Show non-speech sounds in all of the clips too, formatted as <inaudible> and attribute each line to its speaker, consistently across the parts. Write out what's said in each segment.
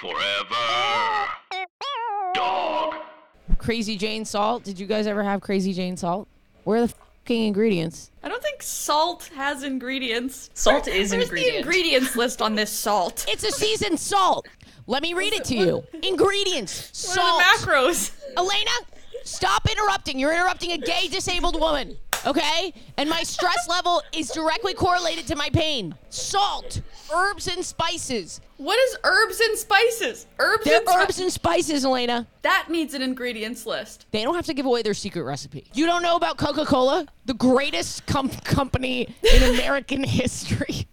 Speaker 1: Forever. Dog.
Speaker 2: Crazy Jane salt. Did you guys ever have Crazy Jane salt? Where are the fucking ingredients?
Speaker 3: I don't think salt has ingredients.
Speaker 4: Salt is
Speaker 3: Where's the
Speaker 4: ingredient.
Speaker 3: ingredients list on this salt?
Speaker 2: <laughs> It's a seasoned salt. Let me read it to you. Ingredients:
Speaker 3: What are
Speaker 2: salt.
Speaker 3: the macros?
Speaker 2: Elena, stop interrupting. You're interrupting a gay disabled woman. Okay? And my stress <laughs> level is directly correlated to my pain. Salt, herbs and spices.
Speaker 3: What is herbs and spices? Herbs
Speaker 2: They're
Speaker 3: and
Speaker 2: herbs
Speaker 3: spices.
Speaker 2: and spices, Elena.
Speaker 3: that needs an ingredients list.
Speaker 2: They don't have to give away their secret recipe. You don't know about Coca Cola, the greatest com- company in American <laughs> history,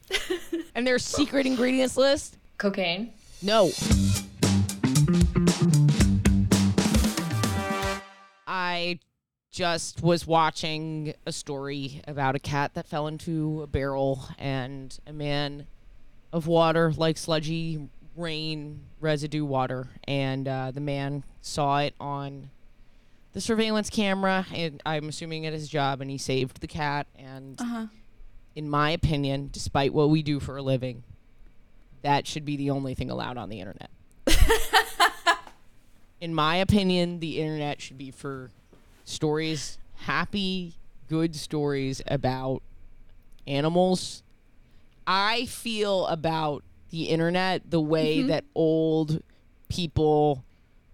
Speaker 2: and their secret ingredients list?
Speaker 4: Cocaine.
Speaker 2: No. I just was watching a story about a cat that fell into a barrel and a man of water, like sludgy rain residue water. And uh, the man saw it on the surveillance camera, and I'm assuming at his job, and he saved the cat. And in my opinion, despite what we do for a living, that should be the only thing allowed on the internet. In my opinion, the internet should be for stories, happy, good stories about animals. I feel about the internet the way that old people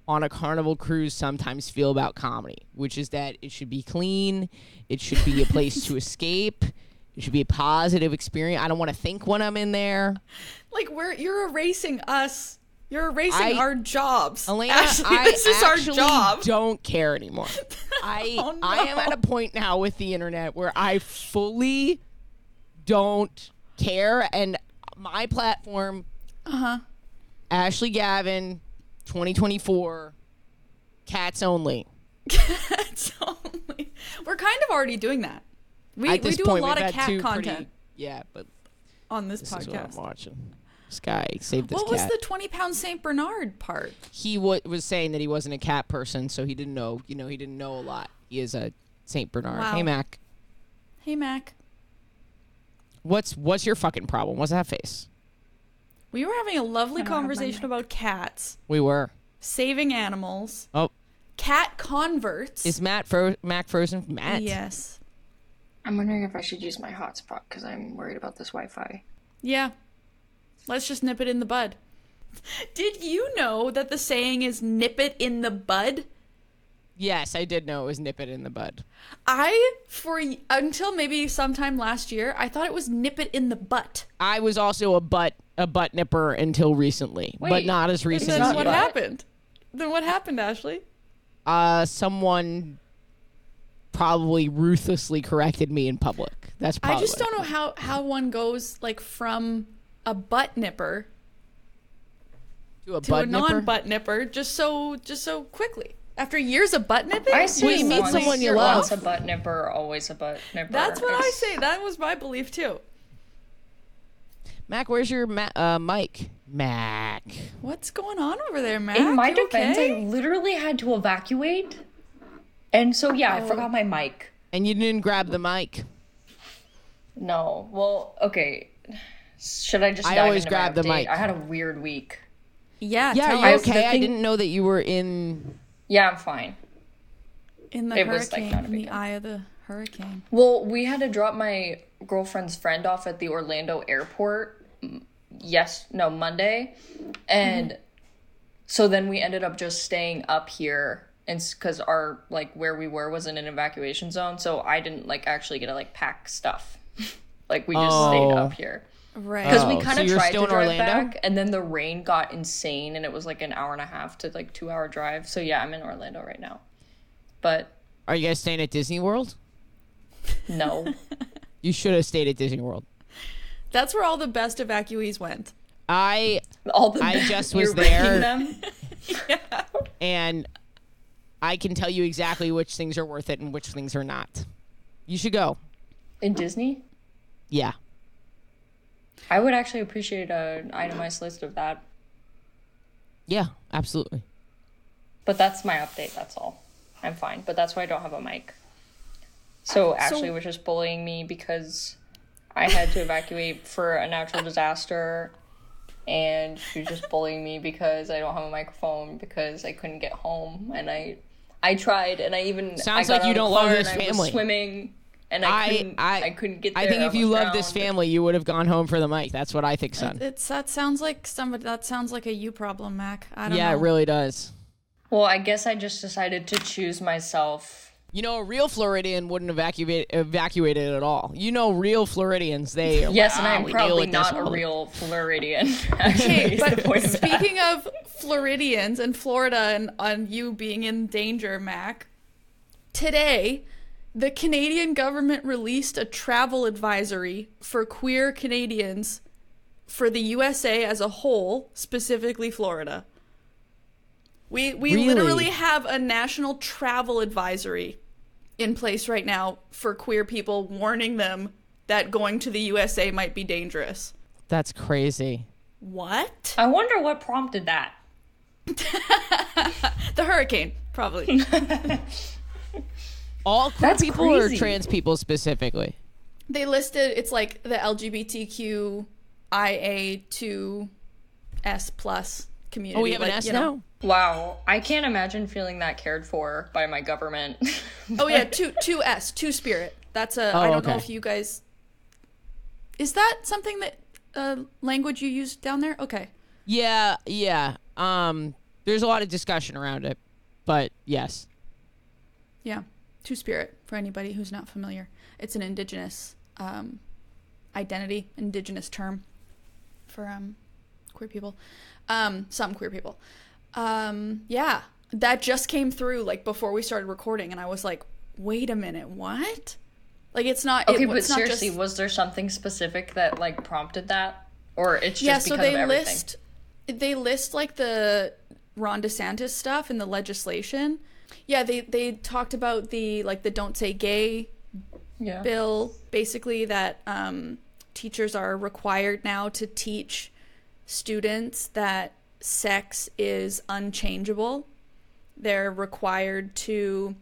Speaker 2: on a carnival cruise sometimes feel about comedy, which is that it should be clean, it should be a place
Speaker 3: <laughs>
Speaker 2: to escape, it should be a positive experience. I don't want to think when I'm in there.
Speaker 3: Like we're you're erasing us. You're erasing
Speaker 2: I-
Speaker 3: our jobs.
Speaker 2: Elena,
Speaker 3: Ashley,
Speaker 2: I
Speaker 3: this is our
Speaker 2: actually
Speaker 3: job.
Speaker 2: don't care anymore. I
Speaker 3: Oh, no.
Speaker 2: I am at a point now with the internet where I fully don't care, and my platform,
Speaker 3: Uh-huh.
Speaker 2: uh huh, Ashley Gavin, 2024, cats only.
Speaker 3: <laughs> It's only- we're kind of already doing that. We,
Speaker 2: at
Speaker 3: we
Speaker 2: this
Speaker 3: do
Speaker 2: point,
Speaker 3: a lot
Speaker 2: we've
Speaker 3: of
Speaker 2: had two
Speaker 3: cat
Speaker 2: pretty-
Speaker 3: content
Speaker 2: yeah, but
Speaker 3: on this,
Speaker 2: this is what I'm
Speaker 3: podcast.
Speaker 2: watching. Sky saved this
Speaker 3: What was
Speaker 2: cat.
Speaker 3: the twenty pound Saint Bernard part?
Speaker 2: he wa was saying that he wasn't a cat person, so he didn't know. You know, he didn't know a lot. He is a Saint Bernard.
Speaker 3: Wow.
Speaker 2: Hey, Mac.
Speaker 3: Hey Mac.
Speaker 2: What's what's your fucking problem? What's that face?
Speaker 3: We were having a lovely conversation about cats,
Speaker 2: We were.
Speaker 3: saving animals,
Speaker 2: Oh,
Speaker 3: cat converts.
Speaker 2: is Matt Fro- Mac frozen? Matt.
Speaker 3: yes.
Speaker 5: I'm wondering if I should use my hotspot because I'm worried about this Wi-Fi.
Speaker 3: Yeah. Let's just nip it in the bud. <laughs> Did you know that the saying is nip it in the bud?
Speaker 2: Yes, I did know it was nip it in the bud.
Speaker 3: I, for y- until maybe sometime last year, I thought it was nip it in the butt.
Speaker 2: I was also a butt a butt nipper until recently, but
Speaker 5: Wait,
Speaker 2: not as recent
Speaker 3: Then
Speaker 2: as
Speaker 3: what
Speaker 2: you.
Speaker 3: happened? Then what happened, Ashley?
Speaker 2: Uh, someone probably ruthlessly corrected me in public. That's probably.
Speaker 3: I just
Speaker 2: what
Speaker 3: don't know how, how one goes like from a butt nipper
Speaker 2: happened. to a
Speaker 3: to a non butt nipper just so just so quickly. After years of butt nipping?
Speaker 5: I say
Speaker 2: you meet
Speaker 5: once-
Speaker 2: someone you love.
Speaker 5: Once a butt nipper, always a butt nipper.
Speaker 3: That's what I
Speaker 5: It's-
Speaker 3: say. That was my belief too.
Speaker 2: Mac, where's your ma- uh, mic? Mac.
Speaker 3: What's going on over there, Mac?
Speaker 5: In my
Speaker 3: You
Speaker 5: defense,
Speaker 3: okay?
Speaker 5: I literally had to evacuate, and so yeah,
Speaker 3: Oh.
Speaker 5: I forgot my mic.
Speaker 2: And you didn't grab the mic.
Speaker 5: No, well, okay. Should I just?
Speaker 2: I
Speaker 5: dive
Speaker 2: always
Speaker 5: into my
Speaker 2: grab the
Speaker 5: update?
Speaker 2: mic.
Speaker 5: I had a weird week.
Speaker 3: Yeah,
Speaker 2: Yeah,
Speaker 3: tell
Speaker 2: are you
Speaker 3: us.
Speaker 2: okay?
Speaker 5: the
Speaker 2: I
Speaker 5: thing-
Speaker 2: didn't know that you were in.
Speaker 5: Yeah, I'm fine.
Speaker 3: in the
Speaker 5: It was, like,
Speaker 3: hurricane,
Speaker 5: not a
Speaker 3: in
Speaker 5: big
Speaker 3: the
Speaker 5: deal.
Speaker 3: eye of the hurricane.
Speaker 5: Well, we had to drop my girlfriend's friend off at the Orlando airport. mm, Yes, no, Monday. And so then we ended up just staying up here and cuz our like where we were was in an evacuation zone, so I didn't like actually get to like pack stuff. <laughs> like we just
Speaker 2: Oh.
Speaker 5: stayed up here.
Speaker 3: Right.
Speaker 5: Cuz we
Speaker 2: Oh,
Speaker 5: kind
Speaker 2: so
Speaker 5: of
Speaker 2: you're
Speaker 5: tried
Speaker 2: still
Speaker 5: to
Speaker 2: in
Speaker 5: drive
Speaker 2: Orlando?
Speaker 5: back and then the rain got insane and it was like an hour and a half to like 2 hour drive. So yeah, I'm in Orlando right now. But
Speaker 2: Are you guys staying at Disney World?
Speaker 5: no.
Speaker 2: <laughs> You should have stayed at Disney World.
Speaker 3: That's where all the best evacuees went.
Speaker 2: I
Speaker 5: All the <laughs>
Speaker 2: I just
Speaker 5: you're
Speaker 2: was
Speaker 5: raking
Speaker 2: there.
Speaker 5: them. <laughs>
Speaker 2: and I can tell you exactly which things are worth it and which things are not. You should go.
Speaker 5: in Disney.
Speaker 2: Yeah.
Speaker 5: I would actually appreciate an itemized list of that.
Speaker 2: Yeah, absolutely.
Speaker 5: But that's my update. That's all. I'm fine. But that's why I don't have a mic. So Ashley was just bullying me because I had to evacuate for a natural disaster, and she was just bullying me because I don't have a microphone because I couldn't get home and I, I tried and I even
Speaker 2: Sounds
Speaker 5: I
Speaker 2: like
Speaker 5: got out
Speaker 2: you
Speaker 5: of the
Speaker 2: don't love
Speaker 5: car
Speaker 2: this
Speaker 5: and I was
Speaker 2: family.
Speaker 5: swimming, and I
Speaker 2: I
Speaker 5: couldn't,
Speaker 2: I,
Speaker 5: couldn't get. There.
Speaker 2: I think if you
Speaker 5: almost
Speaker 2: loved this
Speaker 5: drowned.
Speaker 2: family, you would have gone home for the mic. That's what I think, son.
Speaker 3: It's that sounds like somebody that sounds like a you problem, Mac. I don't
Speaker 2: Yeah,
Speaker 3: know.
Speaker 2: it Uh-huh. really does.
Speaker 5: Well, I guess I just decided to choose myself.
Speaker 2: You know, a real Floridian wouldn't evacuate evacuated at all. You know, real Floridians they <laughs> are
Speaker 5: Yes,
Speaker 2: like,
Speaker 5: and
Speaker 2: "Ah,
Speaker 5: I'm
Speaker 2: we deal
Speaker 5: probably
Speaker 2: with this
Speaker 5: not
Speaker 2: all
Speaker 5: a
Speaker 2: the-"
Speaker 5: real Floridian. <laughs> Actually,
Speaker 3: Okay,
Speaker 5: is the
Speaker 3: but
Speaker 5: point of that.
Speaker 3: speaking of Floridians and Florida and on you being in danger, Mac, today the Canadian government released a travel advisory for queer Canadians for the USA as a whole, specifically Florida. We we
Speaker 2: Really?
Speaker 3: literally have a national travel advisory in place right now for queer people warning them that going to the USA might be dangerous.
Speaker 2: That's crazy.
Speaker 3: What?
Speaker 5: I wonder what prompted that.
Speaker 3: The hurricane,
Speaker 2: <laughs>
Speaker 3: probably.
Speaker 2: All queer
Speaker 5: That's
Speaker 2: people
Speaker 5: crazy.
Speaker 2: or trans people specifically.
Speaker 3: they listed it's like the LGBTQIA2S plus community.
Speaker 2: Oh, we have an
Speaker 3: like,
Speaker 2: S
Speaker 3: you know.
Speaker 2: now.
Speaker 5: Wow, I can't imagine feeling that cared for by my government. <laughs>
Speaker 3: Oh
Speaker 2: <laughs>
Speaker 3: yeah, two two S, two spirit. That's a.
Speaker 2: Oh,
Speaker 3: I don't know
Speaker 2: okay.
Speaker 3: if you guys. Is that something that uh, language you use down there? Okay.
Speaker 2: Yeah, yeah. Um, there's a lot of discussion around it, but yes,
Speaker 3: Yeah, Two Spirit for anybody who's not familiar. It's an indigenous um, identity, indigenous term for um, queer people, um, some queer people. Um, yeah, that just came through like before we started recording, and I was like, "Wait a minute, what?" Like it's not. it-
Speaker 5: okay, but
Speaker 3: it's not
Speaker 5: seriously,
Speaker 3: just-
Speaker 5: was there something specific that like prompted that, or it's just
Speaker 3: yeah.
Speaker 5: because
Speaker 3: So they
Speaker 5: of everything?
Speaker 3: list, they list like the Ron DeSantis stuff in the legislation. Yeah, they they talked about the like the don't say gay
Speaker 5: yeah.
Speaker 3: bill basically that um, teachers are required now to teach students that sex is unchangeable. They're required to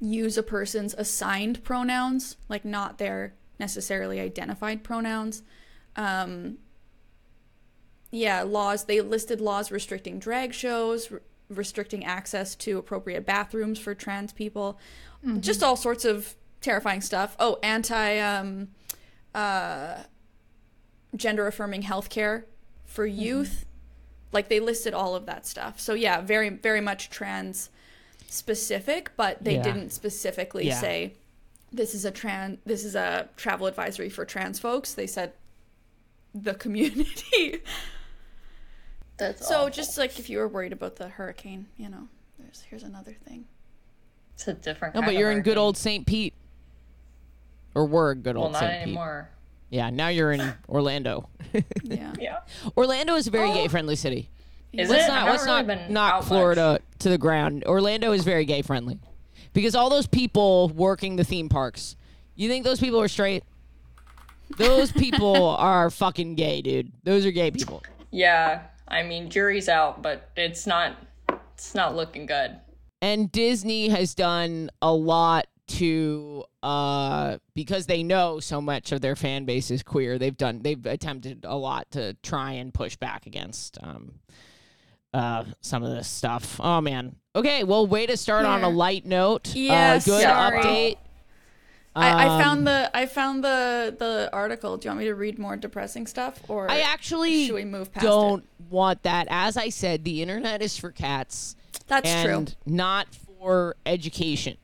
Speaker 3: use a person's assigned pronouns, like not their necessarily identified pronouns. Um, yeah, laws. They listed laws restricting drag shows, r restricting access to appropriate bathrooms for trans people, just all sorts of terrifying stuff. Oh, anti um, uh, gender affirming healthcare for youth. Like they listed all of that stuff. So yeah, very very much trans specific, but they
Speaker 2: Yeah.
Speaker 3: didn't specifically
Speaker 2: Yeah.
Speaker 3: say this is a trans this is a travel advisory for trans folks. They said the community.
Speaker 5: <laughs> That's
Speaker 3: So
Speaker 5: awful.
Speaker 3: just like if you were worried about the hurricane, you know, there's here's another thing.
Speaker 5: it's a different.
Speaker 2: no,
Speaker 5: kind
Speaker 2: but
Speaker 5: of
Speaker 2: you're in good
Speaker 5: hurricane.
Speaker 2: old St. Pete, or were good
Speaker 5: Well,
Speaker 2: old
Speaker 5: not
Speaker 2: St. Pete.
Speaker 5: anymore.
Speaker 2: Yeah, now you're <laughs> in Orlando.
Speaker 3: Yeah.
Speaker 5: Yeah.
Speaker 2: Orlando is a very gay friendly city.
Speaker 5: Is
Speaker 2: Let's
Speaker 5: it?
Speaker 2: not
Speaker 5: I've
Speaker 2: let's
Speaker 5: really
Speaker 2: not
Speaker 5: been out
Speaker 2: knock
Speaker 5: much.
Speaker 2: Florida to the ground. Orlando is very gay friendly because all those people working the theme parks. You think those people are straight? Those
Speaker 5: <laughs>
Speaker 2: people are fucking gay, dude. Those are gay people.
Speaker 5: Yeah, I mean, jury's out, but it's not. It's not looking good.
Speaker 2: and Disney has done a lot to uh because they know so much of their fan base is queer they've done they've attempted a lot to try and push back against um uh some of this stuff oh man okay well way to start on a
Speaker 3: Yeah.
Speaker 2: light note
Speaker 3: Yeah,
Speaker 2: uh, good
Speaker 3: sorry.
Speaker 2: update
Speaker 3: I, I
Speaker 2: Um,
Speaker 3: found the I found the the article. Do you want me to read more depressing stuff or
Speaker 2: i actually
Speaker 3: should we move past
Speaker 2: don't want that as i said the internet is for cats
Speaker 3: That's
Speaker 2: and
Speaker 3: true.
Speaker 2: not for education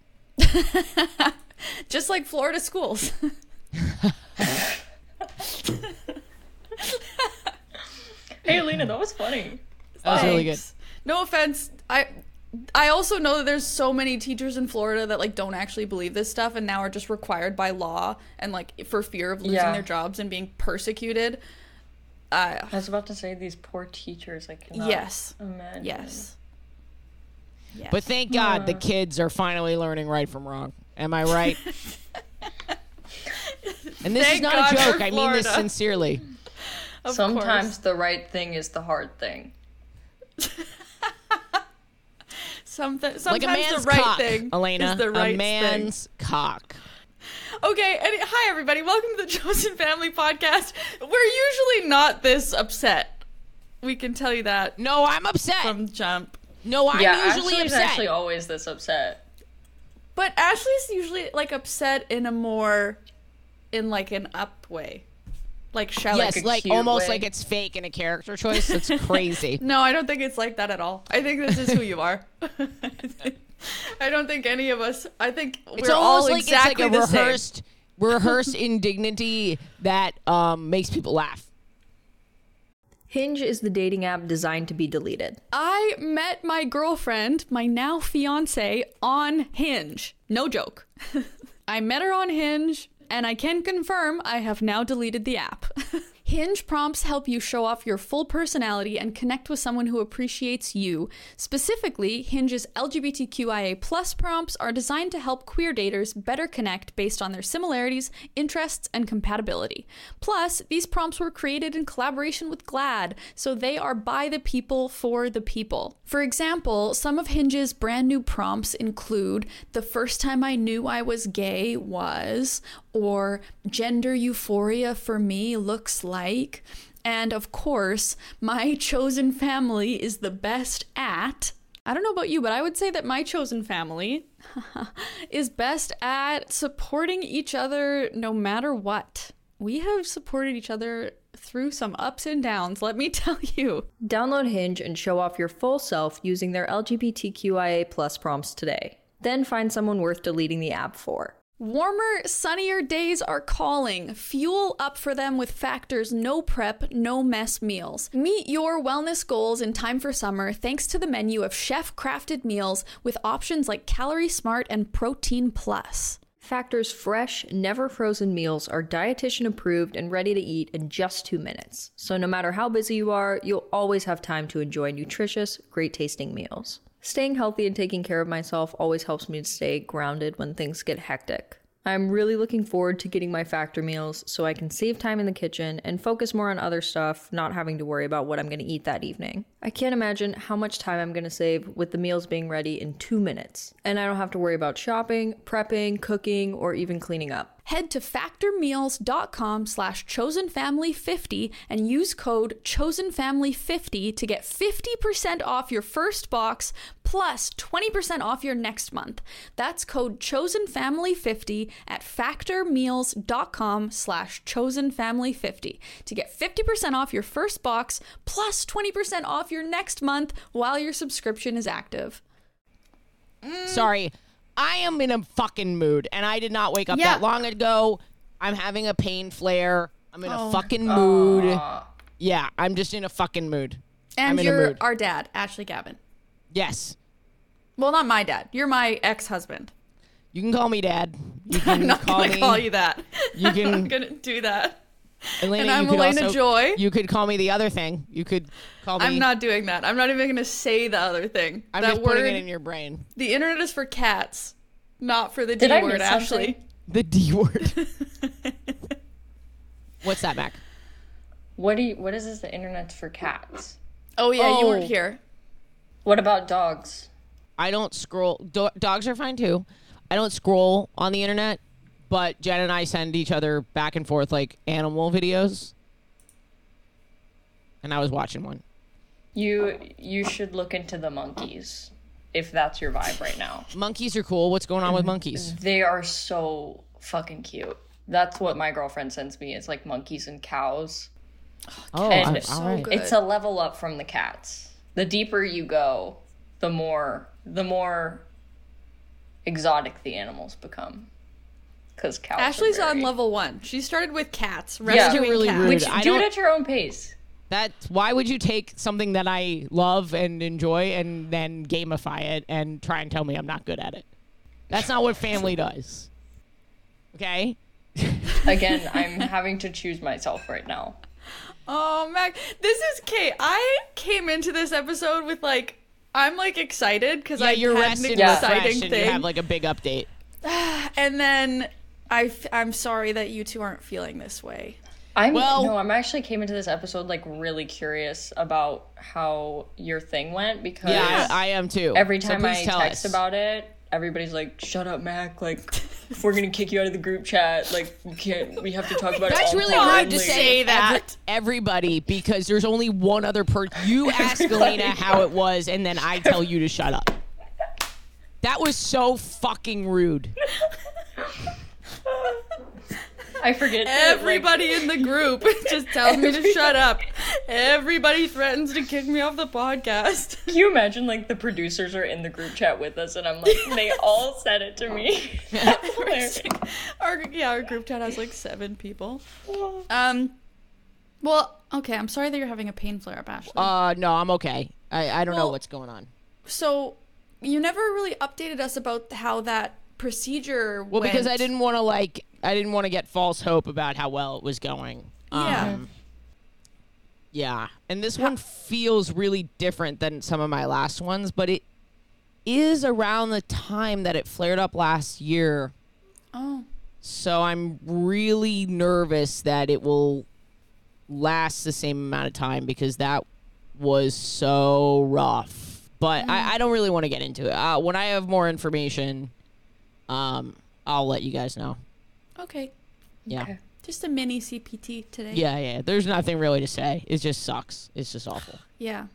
Speaker 3: Just like Florida schools. <laughs>
Speaker 5: Hey, Alina, that was funny.
Speaker 2: that was really good
Speaker 3: Thanks. No offense. I I also know that there's so many teachers in Florida that like don't actually believe this stuff and now are just required by law and like for fear of losing
Speaker 5: Yeah.
Speaker 3: their jobs and being persecuted. Uh,
Speaker 5: I was about to say these poor teachers. I cannot
Speaker 3: yes.
Speaker 5: imagine.
Speaker 3: Yes. Yes.
Speaker 2: But thank God the kids are finally learning right from wrong. Am I
Speaker 3: <laughs>
Speaker 2: right? and this is
Speaker 3: Thank
Speaker 2: not
Speaker 3: God
Speaker 2: a
Speaker 3: for
Speaker 2: joke. I mean this
Speaker 3: Florida.
Speaker 2: sincerely.
Speaker 3: Of
Speaker 5: Sometimes
Speaker 3: course.
Speaker 5: the right thing is the hard thing.
Speaker 3: Something,
Speaker 2: Like
Speaker 3: sometimes
Speaker 2: a man's
Speaker 3: the right
Speaker 2: cock,
Speaker 3: thing
Speaker 2: Elena.
Speaker 3: is the right
Speaker 2: a man's cock.
Speaker 3: thing. Okay, and hi everybody. Welcome to the <laughs> Chosen Family Podcast. We're usually not this upset. We can tell you that
Speaker 2: No, I'm upset.
Speaker 3: from jump.
Speaker 2: no, I'm
Speaker 5: yeah,
Speaker 2: usually
Speaker 5: Ashley's
Speaker 2: upset.
Speaker 5: actually always this upset.
Speaker 3: But Ashley's usually like upset in a more, in like an up way, like shall
Speaker 2: yes,
Speaker 5: a
Speaker 2: like
Speaker 5: cute
Speaker 2: almost
Speaker 5: way.
Speaker 2: like it's fake in a character choice.
Speaker 3: <laughs>
Speaker 2: That's crazy.
Speaker 3: No, I don't think it's like that at all. I think this is who you are. <laughs> I don't think any of us. I think
Speaker 2: it's
Speaker 3: we're all
Speaker 2: almost like
Speaker 3: exactly
Speaker 2: it's like a
Speaker 3: the same.
Speaker 2: rehearsed
Speaker 3: <laughs>
Speaker 2: rehearsed indignity that um, makes people laugh.
Speaker 4: Hinge is the dating app designed to be deleted.
Speaker 3: I met my girlfriend, my now fiance, on Hinge. No joke. <laughs> I met her on Hinge, and I can confirm I have now deleted the app. <laughs> Hinge prompts help you show off your full personality and connect with someone who appreciates you. Specifically, Hinge's LGBTQIA prompts are designed to help queer daters better connect based on their similarities, interests, and compatibility. Plus, these prompts were created in collaboration with GLAD, so they are by the people for the people. For example, some of Hinge's brand new prompts include The first time I knew I was gay was, or Gender euphoria for me looks like, and of course, My chosen family is the best at. I don't know about you, but I would say that my chosen family is best at supporting each other no matter what. We have supported each other through some ups and downs, let me <laughs> tell you.
Speaker 4: Download Hinge and show off your full self using their LGBTQIA plus prompts today. Then find someone worth deleting the app for.
Speaker 3: Warmer, sunnier days are calling. Fuel up for them with Factor's no prep, no mess meals. Meet your wellness goals in time for summer thanks to the menu of chef crafted meals with options like Calorie Smart and Protein Plus.
Speaker 4: Factor's fresh, never frozen meals are dietitian approved and ready to eat in just two minutes. So no matter how busy you are, you'll always have time to enjoy nutritious, great tasting meals. Staying healthy and taking care of myself always helps me to stay grounded when things get hectic. I'm really looking forward to getting my factor meals so I can save time in the kitchen and focus more on other stuff, not having to worry about what I'm going to eat that evening. I can't imagine how much time I'm going to save with the meals being ready in two minutes. And I don't have to worry about shopping, prepping, cooking, or even cleaning up.
Speaker 3: Head to factormeals.com slash chosenfamily50 and use code chosenfamily50 to get 50% off your first box plus 20% off your next month. That's code chosenfamily50 at factormeals.com slash chosenfamily50 to get 50% off your first box plus 20% off your next month while your subscription is active.
Speaker 2: Sorry. I am in a fucking mood and I did not wake up
Speaker 3: Yeah.
Speaker 2: that long ago. I'm having a pain flare. I'm in
Speaker 3: Oh.
Speaker 2: a fucking mood. Yeah, I'm just in a fucking mood. I'm
Speaker 3: And
Speaker 2: in a
Speaker 3: you're
Speaker 2: mood.
Speaker 3: our dad, Ashley Gavin.
Speaker 2: Yes.
Speaker 3: Well, not my dad. You're my ex-husband.
Speaker 2: You can call me dad. You can
Speaker 3: <laughs> I'm not
Speaker 2: call
Speaker 3: gonna
Speaker 2: me
Speaker 3: call you that.
Speaker 2: You
Speaker 3: <laughs> I'm
Speaker 2: can-
Speaker 3: not gonna do that.
Speaker 2: Elena,
Speaker 3: And
Speaker 2: you
Speaker 3: I'm
Speaker 2: could
Speaker 3: Elena
Speaker 2: also-
Speaker 3: Joy.
Speaker 2: You could call me the other thing. You could call me
Speaker 3: I'm not doing that. I'm not even gonna say the other thing.
Speaker 2: I'm
Speaker 3: that
Speaker 2: just
Speaker 3: word.
Speaker 2: putting it in your brain.
Speaker 3: the internet is for cats, not for the
Speaker 5: Did
Speaker 3: D
Speaker 5: I
Speaker 3: word,
Speaker 5: miss
Speaker 3: Ashley.
Speaker 5: something?
Speaker 2: The D word.
Speaker 3: <laughs>
Speaker 2: What's that, Mac?
Speaker 5: What do you? What is this? The internet's for cats.
Speaker 3: Oh yeah, you weren't
Speaker 2: Oh.
Speaker 3: here.
Speaker 5: What about dogs?
Speaker 2: I don't scroll. Do- dogs are fine too. I don't scroll on the internet, but Jen and I send each other back and forth like animal videos. And I was watching one.
Speaker 5: You you should look into the monkeys if that's your vibe right now.
Speaker 2: Monkeys are cool. What's going on with monkeys?
Speaker 5: They are so fucking cute. That's what my girlfriend sends me. It's like monkeys and cows.
Speaker 2: Oh,
Speaker 5: cats
Speaker 2: I-
Speaker 5: are so
Speaker 2: all right.
Speaker 3: good.
Speaker 5: It's a level up from the cats. The deeper you go, the more the more exotic the animals become. Because cows. are
Speaker 3: Ashley's on
Speaker 5: very-
Speaker 3: level one. She started with cats,
Speaker 5: Yeah.
Speaker 3: rescuing
Speaker 2: Really
Speaker 3: cats.
Speaker 2: rude.
Speaker 5: Which
Speaker 2: I
Speaker 5: do
Speaker 2: don't-
Speaker 5: it at your own pace.
Speaker 2: That why would you take something that I love and enjoy and then gamify it and try and tell me I'm not good at it? That's not what family does. Okay?
Speaker 5: Again, I'm having to choose myself right now.
Speaker 3: Oh, Mac, this is Kate. I came into this episode with like, I'm like excited because
Speaker 2: Yeah,
Speaker 3: I
Speaker 2: you're
Speaker 3: had an
Speaker 2: rested,
Speaker 3: exciting
Speaker 2: refreshed,
Speaker 3: thing,
Speaker 2: and you have like a big update.
Speaker 3: and then I, f- I'm sorry that you two aren't feeling this way.
Speaker 5: I'm
Speaker 2: Well-
Speaker 5: no, I'm actually came into this episode like really curious about how your thing went because
Speaker 2: Yeah, I, I am too.
Speaker 5: every
Speaker 2: So
Speaker 5: time
Speaker 2: please
Speaker 5: I
Speaker 2: tell
Speaker 5: text
Speaker 2: us.
Speaker 5: about it, everybody's like, "Shut up, Mac! Like, we're gonna kick you out of the group chat. Like, we can't. We have to talk about it."
Speaker 2: That's
Speaker 5: all
Speaker 2: really
Speaker 5: privately."
Speaker 2: rude to say that everybody because there's only one other person. <laughs> You ask Elena how it was, and then I tell you to shut up. That was so fucking rude.
Speaker 5: I forget. that, like,
Speaker 3: Everybody in the group <laughs> just tells me to shut up. Everybody threatens to kick me off the podcast. <laughs>
Speaker 5: can you imagine like the producers are in the group chat with us, and
Speaker 2: <laughs>
Speaker 5: I'm like, they all said it to me. <laughs>
Speaker 3: our yeah, our group chat has like seven people. Um, well, okay, I'm sorry that you're having a pain flare up, Ashley.
Speaker 2: Uh, no, I'm okay. I, I don't know
Speaker 3: Well-
Speaker 2: what's going on.
Speaker 3: so you never really updated us about how that procedure
Speaker 2: Well, because I didn't want to like, I didn't want to get false hope about how well it was going.
Speaker 3: Yeah.
Speaker 2: Um, Yeah, and this one feels really different than some of my last ones, but it is around the time that it flared up last year.
Speaker 3: Oh.
Speaker 2: So I'm really nervous that it will last the same amount of time because that was so rough. But I, I don't really want to get into it. Uh, when I have more information, um, I'll let you guys know.
Speaker 3: Okay.
Speaker 2: Yeah.
Speaker 3: Just a mini CPT today.
Speaker 2: Yeah, yeah. There's nothing really to say. It just sucks. It's just awful.
Speaker 3: Yeah.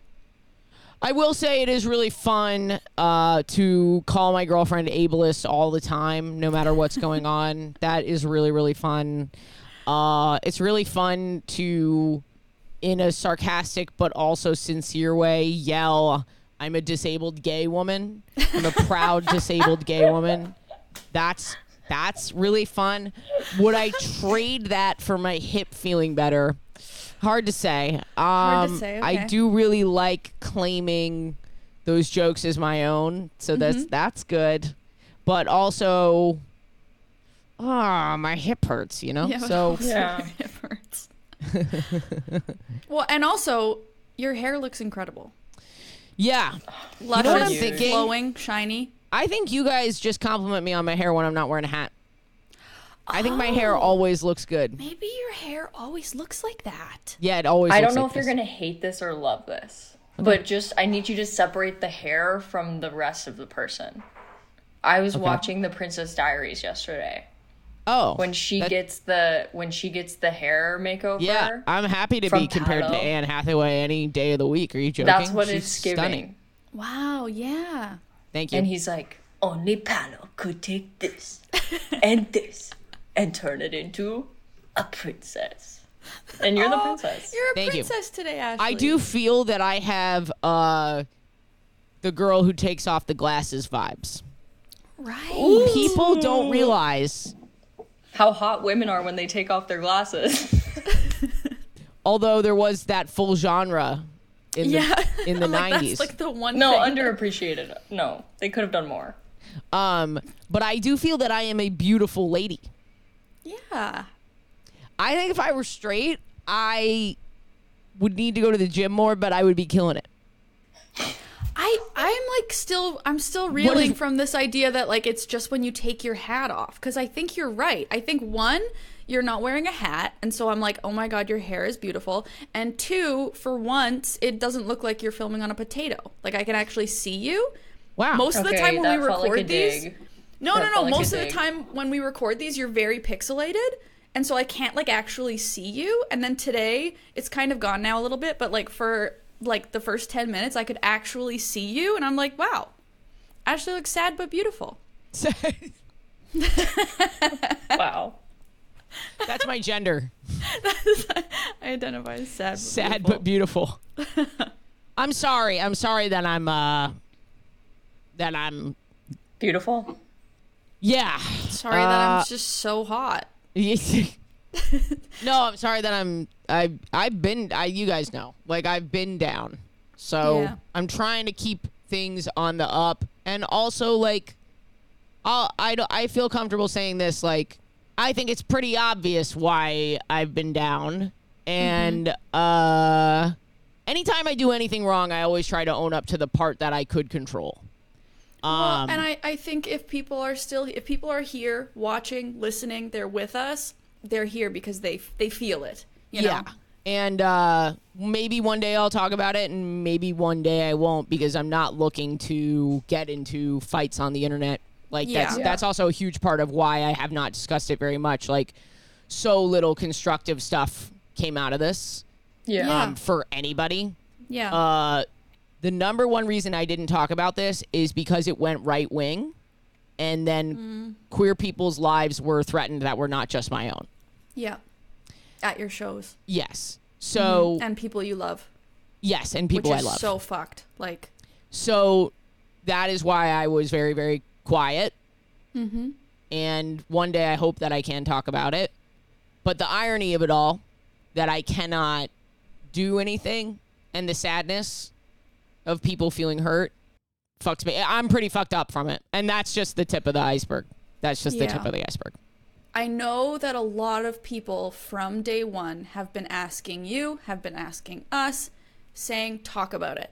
Speaker 3: <laughs>
Speaker 2: I will say it is really fun uh, to call my girlfriend ableist all the time, no matter what's going on. That is really, really fun. Uh, it's really fun to, in a sarcastic but also sincere way, yell, I'm a disabled gay woman. I'm a
Speaker 3: <laughs>
Speaker 2: proud disabled gay woman. That's that's really fun. Would I trade that for my hip feeling better? Hard to say. Um,
Speaker 3: to say,
Speaker 2: I
Speaker 3: okay.
Speaker 2: do really like claiming those jokes as my own, so
Speaker 3: Mm-hmm.
Speaker 2: that's that's good. But also, ah, my hip hurts. You know,
Speaker 3: Yeah.
Speaker 2: so
Speaker 5: Yeah.
Speaker 3: It hurts.
Speaker 2: <laughs>
Speaker 3: well, and also your hair looks incredible.
Speaker 2: yeah.
Speaker 3: Luscious,
Speaker 2: what I'm thinking?
Speaker 3: glowing, shiny.
Speaker 2: I think you guys just compliment me on my hair when I'm not wearing a hat. I think my hair
Speaker 5: Oh.
Speaker 2: always looks good.
Speaker 3: Maybe your hair always looks like that.
Speaker 2: Yeah, it always.
Speaker 5: I don't
Speaker 2: looks
Speaker 5: know
Speaker 2: like
Speaker 5: if you're
Speaker 2: this.
Speaker 5: gonna hate this or love this, but just I need you to separate the hair from the rest of the person. I was watching The Princess Diaries yesterday.
Speaker 2: Oh,
Speaker 5: When she
Speaker 2: That-
Speaker 5: gets the when she gets the hair makeover,
Speaker 2: yeah, I'm happy to
Speaker 5: from
Speaker 2: be compared to
Speaker 5: Paolo.
Speaker 2: Anne Hathaway any day of the week. Are you joking?
Speaker 5: that's what
Speaker 2: She's
Speaker 5: it's giving.
Speaker 2: Stunning.
Speaker 3: Wow, yeah.
Speaker 2: Thank you.
Speaker 5: And he's like, only Palo could take this
Speaker 2: <laughs>
Speaker 5: and this and turn it into a princess. And you're
Speaker 2: Oh,
Speaker 5: the princess.
Speaker 3: You're a
Speaker 2: Thank you.
Speaker 3: princess today, Ashley.
Speaker 2: I do feel that I have uh, the girl who takes off the glasses vibes.
Speaker 3: Right.
Speaker 2: People don't realize,
Speaker 5: How hot women are when they take off their glasses. <laughs>
Speaker 2: although there was that full genre in
Speaker 3: <laughs> Yeah.
Speaker 2: the in the
Speaker 3: <laughs> I'm like,
Speaker 2: nineties.
Speaker 3: That's like the one
Speaker 5: no,
Speaker 3: thing.
Speaker 5: underappreciated. No, they could have done more.
Speaker 2: um, but I do feel that I am a beautiful lady.
Speaker 3: yeah.
Speaker 2: I think if I were straight, I would need to go to the gym more, but I would be killing it.
Speaker 3: I I'm like still I'm still reeling
Speaker 2: is-
Speaker 3: from this idea that like it's just when you take your hat off cuz I think you're right. I think one you're not wearing a hat and so I'm like, "Oh my god, your hair is beautiful." And two, for once, it doesn't look like you're filming on a potato. Like I can actually see you.
Speaker 2: Wow.
Speaker 3: <laughs> Most of the time
Speaker 5: that
Speaker 3: when we
Speaker 5: felt
Speaker 3: record
Speaker 5: like a
Speaker 3: these,
Speaker 5: dig.
Speaker 3: no,
Speaker 5: That
Speaker 3: no, no.
Speaker 5: felt like a
Speaker 3: Most of the
Speaker 5: dig.
Speaker 3: time when we record these, you're very pixelated. And so I can't like actually see you. And then today, it's kind of gone now a little bit, but like for like the first 10 minutes, I could actually see you. And I'm like, wow, Ashley looks sad but beautiful.
Speaker 5: Wow.
Speaker 2: <laughs> That's my gender.
Speaker 3: I identify as sad. But
Speaker 2: Sad but beautiful. <laughs> I'm sorry. I'm sorry that I'm uh that I'm
Speaker 5: Beautiful.
Speaker 2: yeah.
Speaker 3: Sorry that I'm
Speaker 2: Uh,
Speaker 3: just so hot.
Speaker 2: no, I'm sorry that I'm I I've been I you guys know. Like I've been down. So
Speaker 3: Yeah.
Speaker 2: I'm trying to keep things on the up and also like I'll, I don't- I feel comfortable saying this like I think it's pretty obvious why I've been down and uh, anytime I do anything wrong, I always try to own up to the part that I could control.
Speaker 5: um,
Speaker 3: Well, and I, I think if people are still if people are here watching, listening, they're with us, they're here because they they feel it. You know?
Speaker 2: yeah. And uh, maybe one day I'll talk about it, and maybe one day I won't because I'm not looking to get into fights on the internet. Like
Speaker 3: Yeah.
Speaker 2: that's
Speaker 3: Yeah.
Speaker 2: that's also a huge part of why I have not discussed it very much. Like so little constructive stuff came out of this
Speaker 5: Yeah.
Speaker 3: Yeah.
Speaker 2: um, for anybody.
Speaker 3: Yeah.
Speaker 5: um,
Speaker 2: Uh, the number one reason I didn't talk about this is because it went right wing, and
Speaker 3: Mm-hmm.
Speaker 2: then queer people's lives were threatened that were not just my own.
Speaker 3: yeah. At your shows.
Speaker 2: Yes. So
Speaker 3: And people you love.
Speaker 2: yes, and people
Speaker 3: Mm-hmm. which
Speaker 2: I
Speaker 3: is
Speaker 2: love.
Speaker 3: so fucked. Like
Speaker 2: So that is why I was very, very quiet. Mm-hmm. And one day I hope that I can talk about it. But the irony of it all, that I cannot do anything, and the sadness of people feeling hurt fucks me. I'm pretty fucked up from it. And that's just the tip of the iceberg. That's just the
Speaker 3: Yeah.
Speaker 2: tip of the iceberg.
Speaker 3: I know that a lot of people from day one have been asking you, have been asking us, saying, talk about it.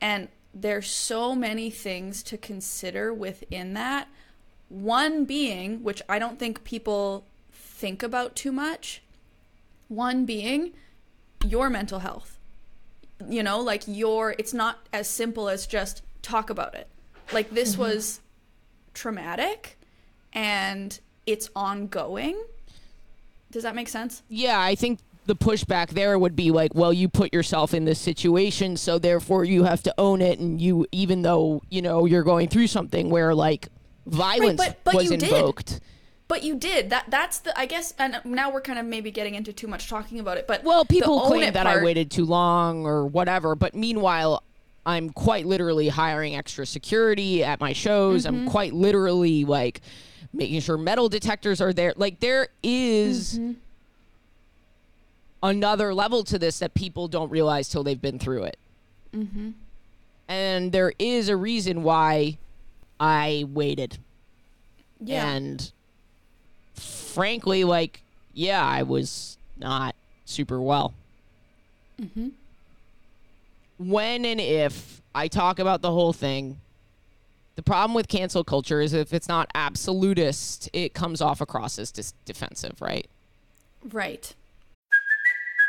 Speaker 3: And there's so many things to consider within that. One being, which I don't think people think about too much, one being your mental health. You know, like your, it's not as simple as just talk about it. Like this was traumatic and it's ongoing. Does that make sense?
Speaker 2: Yeah, I think the pushback there would be like, well, you put yourself in this situation, so therefore you have to own it, and you, even though you know you're going through something where like violence
Speaker 3: but- but
Speaker 2: was
Speaker 3: you did.
Speaker 2: invoked.
Speaker 3: But you did. That that's the I guess and now we're kind of maybe getting into too much talking about it, but
Speaker 2: Well,
Speaker 3: the
Speaker 2: people
Speaker 3: own
Speaker 2: claim
Speaker 3: it
Speaker 2: that I
Speaker 3: part-
Speaker 2: waited too long or whatever, but meanwhile, I'm quite literally hiring extra security at my shows.
Speaker 3: Mm-hmm.
Speaker 2: I'm quite literally like making sure metal detectors are there. Like there is
Speaker 3: Mm-hmm.
Speaker 2: another level to this that people don't realize till they've been through it.
Speaker 3: Mm-hmm.
Speaker 2: And there is a reason why I waited.
Speaker 3: Yeah.
Speaker 2: And frankly, like, yeah, I was not super well.
Speaker 5: Mm-hmm.
Speaker 2: When and if I talk about the whole thing, the problem with cancel culture is if it's not absolutist, it comes off across as dis- defensive, right?
Speaker 3: right.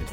Speaker 6: It's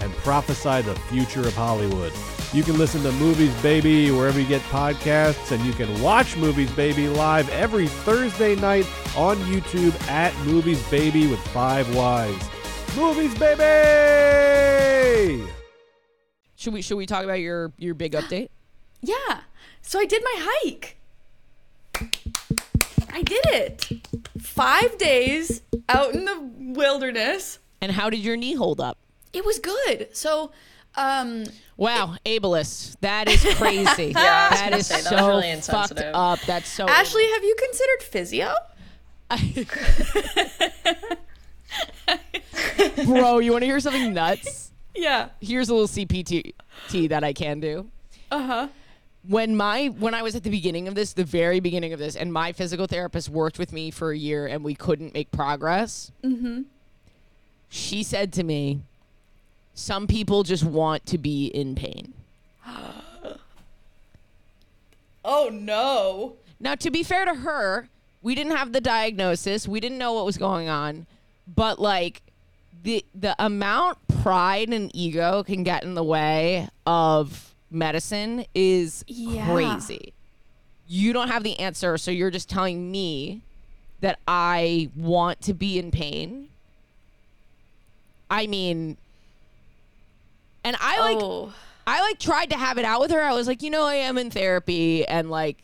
Speaker 6: and prophesy the future of Hollywood. You can listen to Movies Baby wherever you get podcasts, and you can watch Movies Baby live every Thursday night on YouTube at Movies Baby with Five Wives. Movies Baby!
Speaker 2: Should we should we talk about your your
Speaker 5: <sighs>
Speaker 2: big update?
Speaker 3: Yeah. So I did my hike. I did it. 5 days out in the wilderness.
Speaker 2: And how did your knee hold up?
Speaker 3: It was good. So um
Speaker 2: Wow, ableist. That is crazy.
Speaker 5: <laughs> I was
Speaker 2: that
Speaker 5: gonna
Speaker 2: is
Speaker 5: say, that
Speaker 2: so
Speaker 5: was really
Speaker 2: fucked
Speaker 5: insensitive.
Speaker 2: up. That's so
Speaker 3: Ashley, have you considered physio?
Speaker 2: <laughs> Bro, you want to hear something nuts?
Speaker 3: <laughs> Yeah.
Speaker 2: Here's a little CPT that I can do.
Speaker 3: Uh-huh.
Speaker 2: When my when I was at the beginning of this, the very beginning of this, and my physical therapist worked with me for a year and we couldn't make progress. Mm-hmm. She said to me, Some people just want to be in pain.
Speaker 3: <gasps> Oh no.
Speaker 2: Now, to be fair to her, we didn't have the diagnosis. We didn't know what was going on, but like the the amount pride and ego can get in the way of medicine is
Speaker 3: Yeah.
Speaker 2: crazy. You don't have the answer, so you're just telling me that I want to be in pain. I mean, and I like
Speaker 3: oh.
Speaker 2: I like tried to have it out with her. I was like, you know, I am in therapy, and like,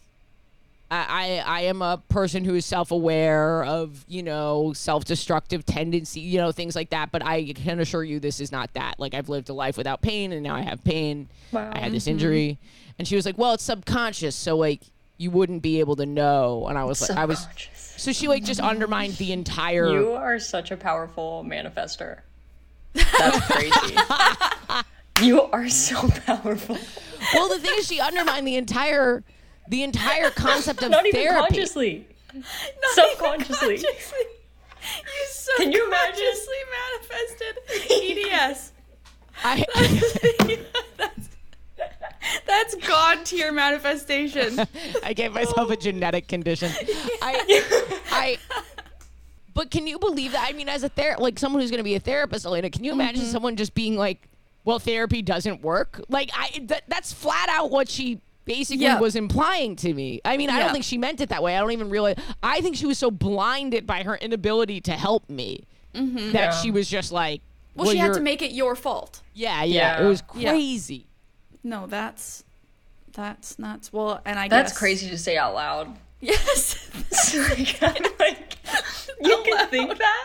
Speaker 2: I I, I am a person who is self aware of you know self destructive tendency, you know things like that. But I can assure you, this is not that. Like, I've lived a life without pain, and now I have pain. I had
Speaker 5: Mm-hmm.
Speaker 2: this injury, and she was like, well, it's subconscious, so like you wouldn't be able to know. And I was like, I was.
Speaker 5: Subconscious.
Speaker 2: So she like just undermined the entire.
Speaker 5: You are such a powerful
Speaker 2: <laughs>
Speaker 5: manifester. That's crazy. you are so powerful.
Speaker 2: Well, the thing is, she undermined the entire. The entire concept of
Speaker 5: Not even
Speaker 2: therapy.
Speaker 5: consciously. Subconsciously.
Speaker 3: You so
Speaker 5: Can <laughs> you imagine?
Speaker 3: consciously manifested EDS.
Speaker 2: I, <laughs>
Speaker 3: that's, that's God tier <laughs> manifestation.
Speaker 2: I gave myself a genetic condition. I, I, but can you believe that? I mean, as a ther like someone who's going to be a therapist, Elena, can you imagine
Speaker 3: Mm-hmm.
Speaker 2: someone just being like, "Well, therapy doesn't work." Like, I th- that's flat out what she basically
Speaker 3: Yeah.
Speaker 2: was implying to me. I mean, I don't
Speaker 3: Yeah.
Speaker 2: think she meant it that way. I don't even realize. I think she was so blinded by her inability to help me that she was just like,
Speaker 3: Mm-hmm. Well, she had
Speaker 2: you're-
Speaker 3: to make it your fault.
Speaker 2: Yeah, yeah, It
Speaker 5: Yeah.
Speaker 2: was
Speaker 3: Yeah.
Speaker 2: crazy.
Speaker 3: No, that's that's nuts. Well, and I
Speaker 5: That's
Speaker 3: guess
Speaker 5: crazy to say out loud.
Speaker 3: <laughs> Yes. <laughs>
Speaker 5: It's <laughs> like, <laughs> I'm like, you can think that,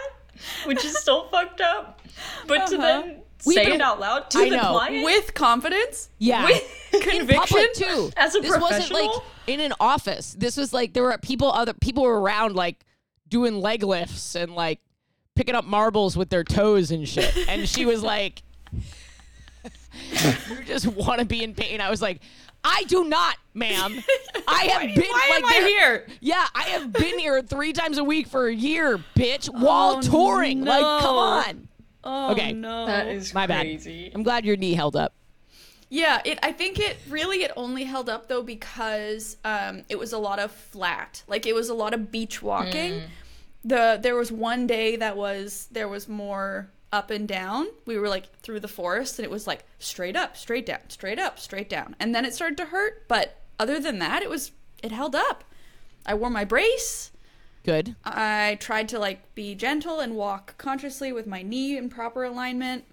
Speaker 5: which is so fucked up. But
Speaker 3: Uh-huh.
Speaker 5: to then
Speaker 2: We've
Speaker 5: say
Speaker 2: been-
Speaker 5: it out loud to
Speaker 2: I
Speaker 5: the
Speaker 2: know.
Speaker 5: client
Speaker 3: With confidence?
Speaker 2: Yeah.
Speaker 3: conviction?
Speaker 2: <laughs> In public too.
Speaker 5: As a
Speaker 2: this wasn't like
Speaker 5: professional?
Speaker 2: in an office. This was like there were people other people were around like doing leg lifts and like picking up marbles with their toes and
Speaker 3: <laughs>
Speaker 2: shit. And she was like You just want to be in pain. I was like I do not,
Speaker 3: <laughs>
Speaker 2: ma'am. I have been
Speaker 3: Why
Speaker 2: like
Speaker 3: am I
Speaker 2: there-
Speaker 3: here?
Speaker 2: Yeah, I have been here three times a week for a year, bitch, while touring. Like, come
Speaker 3: Oh, no.
Speaker 2: on.
Speaker 3: Oh
Speaker 2: Okay.
Speaker 3: no.
Speaker 5: That is
Speaker 2: My bad.
Speaker 5: crazy.
Speaker 2: I'm glad your knee held up.
Speaker 3: Yeah, it. I think it really it only held up though because um, it was a lot of flat, like it was a lot of beach walking.
Speaker 5: Mm.
Speaker 3: The there was one day that was there was more up and down. We were like through the forest, and it was like straight up, straight down, straight up, straight down, and then it started to hurt. But other than that, it was it held up. I wore my brace.
Speaker 2: Good.
Speaker 3: I tried to like be gentle and walk consciously with my knee in proper alignment.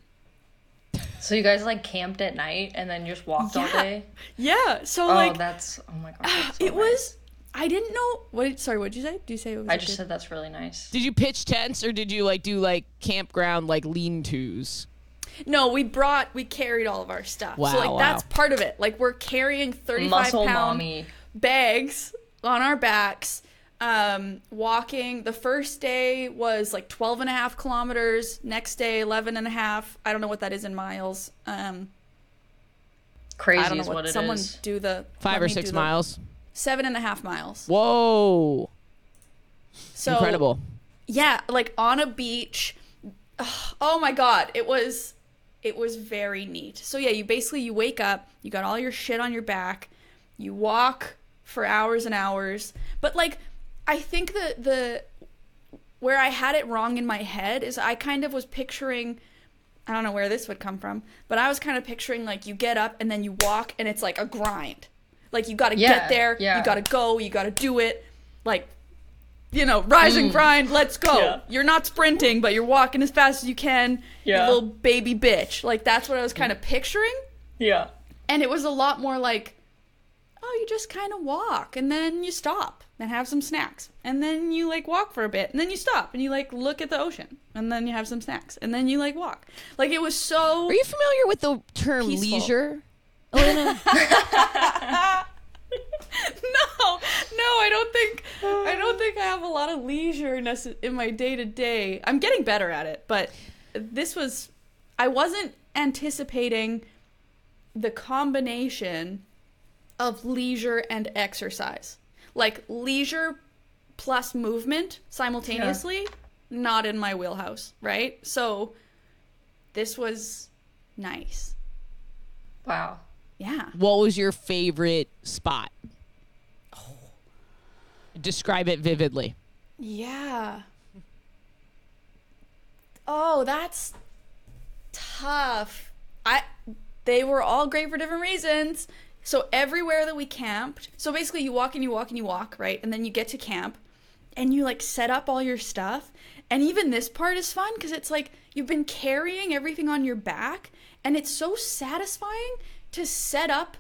Speaker 5: So you guys like camped at night and then just walked all
Speaker 3: Yeah.
Speaker 5: day?
Speaker 3: Yeah, so
Speaker 5: Oh,
Speaker 3: like
Speaker 5: that's oh my god. <sighs> that's so
Speaker 3: it
Speaker 5: nice.
Speaker 3: was I didn't know what did- sorry, what did you say? Do you say it was
Speaker 5: I
Speaker 3: a
Speaker 5: just
Speaker 3: good-
Speaker 5: said that's really nice.
Speaker 2: Did you pitch tents or did you like do like campground like lean tos?
Speaker 3: No, we brought we carried all of our stuff.
Speaker 2: Wow,
Speaker 3: so like
Speaker 2: wow.
Speaker 3: that's part of it. Like we're carrying 35
Speaker 5: Muscle
Speaker 3: pound
Speaker 5: mommy.
Speaker 3: bags on our backs. Um walking the first day was like 12 and a half kilometers, next day 11 and a half. I don't know what that is in miles. Um
Speaker 5: Crazy
Speaker 3: I don't know
Speaker 5: is
Speaker 3: what,
Speaker 5: what it is.
Speaker 3: someone do the
Speaker 2: Five
Speaker 3: let
Speaker 2: or
Speaker 3: me
Speaker 2: six
Speaker 3: do the-
Speaker 2: miles?
Speaker 3: seven and a half miles.
Speaker 2: Whoa.
Speaker 3: So
Speaker 2: Incredible.
Speaker 3: yeah like on a beach Ugh, oh my god it was it was very neat so yeah you basically you wake up you got all your shit on your back you walk for hours and hours but like i think the the where i had it wrong in my head is i kind of was picturing i don't know where this would come from but i was kind of picturing like you get up and then you walk and it's like a grind like you gotta
Speaker 5: Yeah,
Speaker 3: get there
Speaker 5: yeah.
Speaker 3: you gotta go you gotta do it like you know, rise and grind, let's go.
Speaker 5: Mm. Yeah.
Speaker 3: You're not sprinting, but you're walking as fast as you can,
Speaker 5: Yeah.
Speaker 3: you little baby bitch. Like that's what I was kind of picturing.
Speaker 5: Yeah.
Speaker 3: And it was a lot more like, oh, you just kind of walk and then you stop and have some snacks. And then you like walk for a bit and then you stop and you like look at the ocean and then you have some snacks and then you like walk. Like it was so
Speaker 2: Are you familiar with the term
Speaker 3: Peaceful.
Speaker 2: leisure?
Speaker 3: <laughs> no, no, I don't think I don't think I have a lot of leisure necess- in my day to day. I'm getting better at it, but this was I wasn't anticipating the combination of leisure and exercise. Like leisure plus movement simultaneously, not in my wheelhouse, right? So this was nice.
Speaker 5: Wow.
Speaker 3: Yeah.
Speaker 2: What was your favorite spot? Oh. Describe it vividly.
Speaker 3: Yeah. Oh, that's tough. I they were all great for different reasons. So everywhere that we camped, so basically you walk and you walk and you walk, right? And then you get to camp and you like set up all your stuff. And even this part is fun cuz it's like you've been carrying everything on your back and it's so satisfying to set up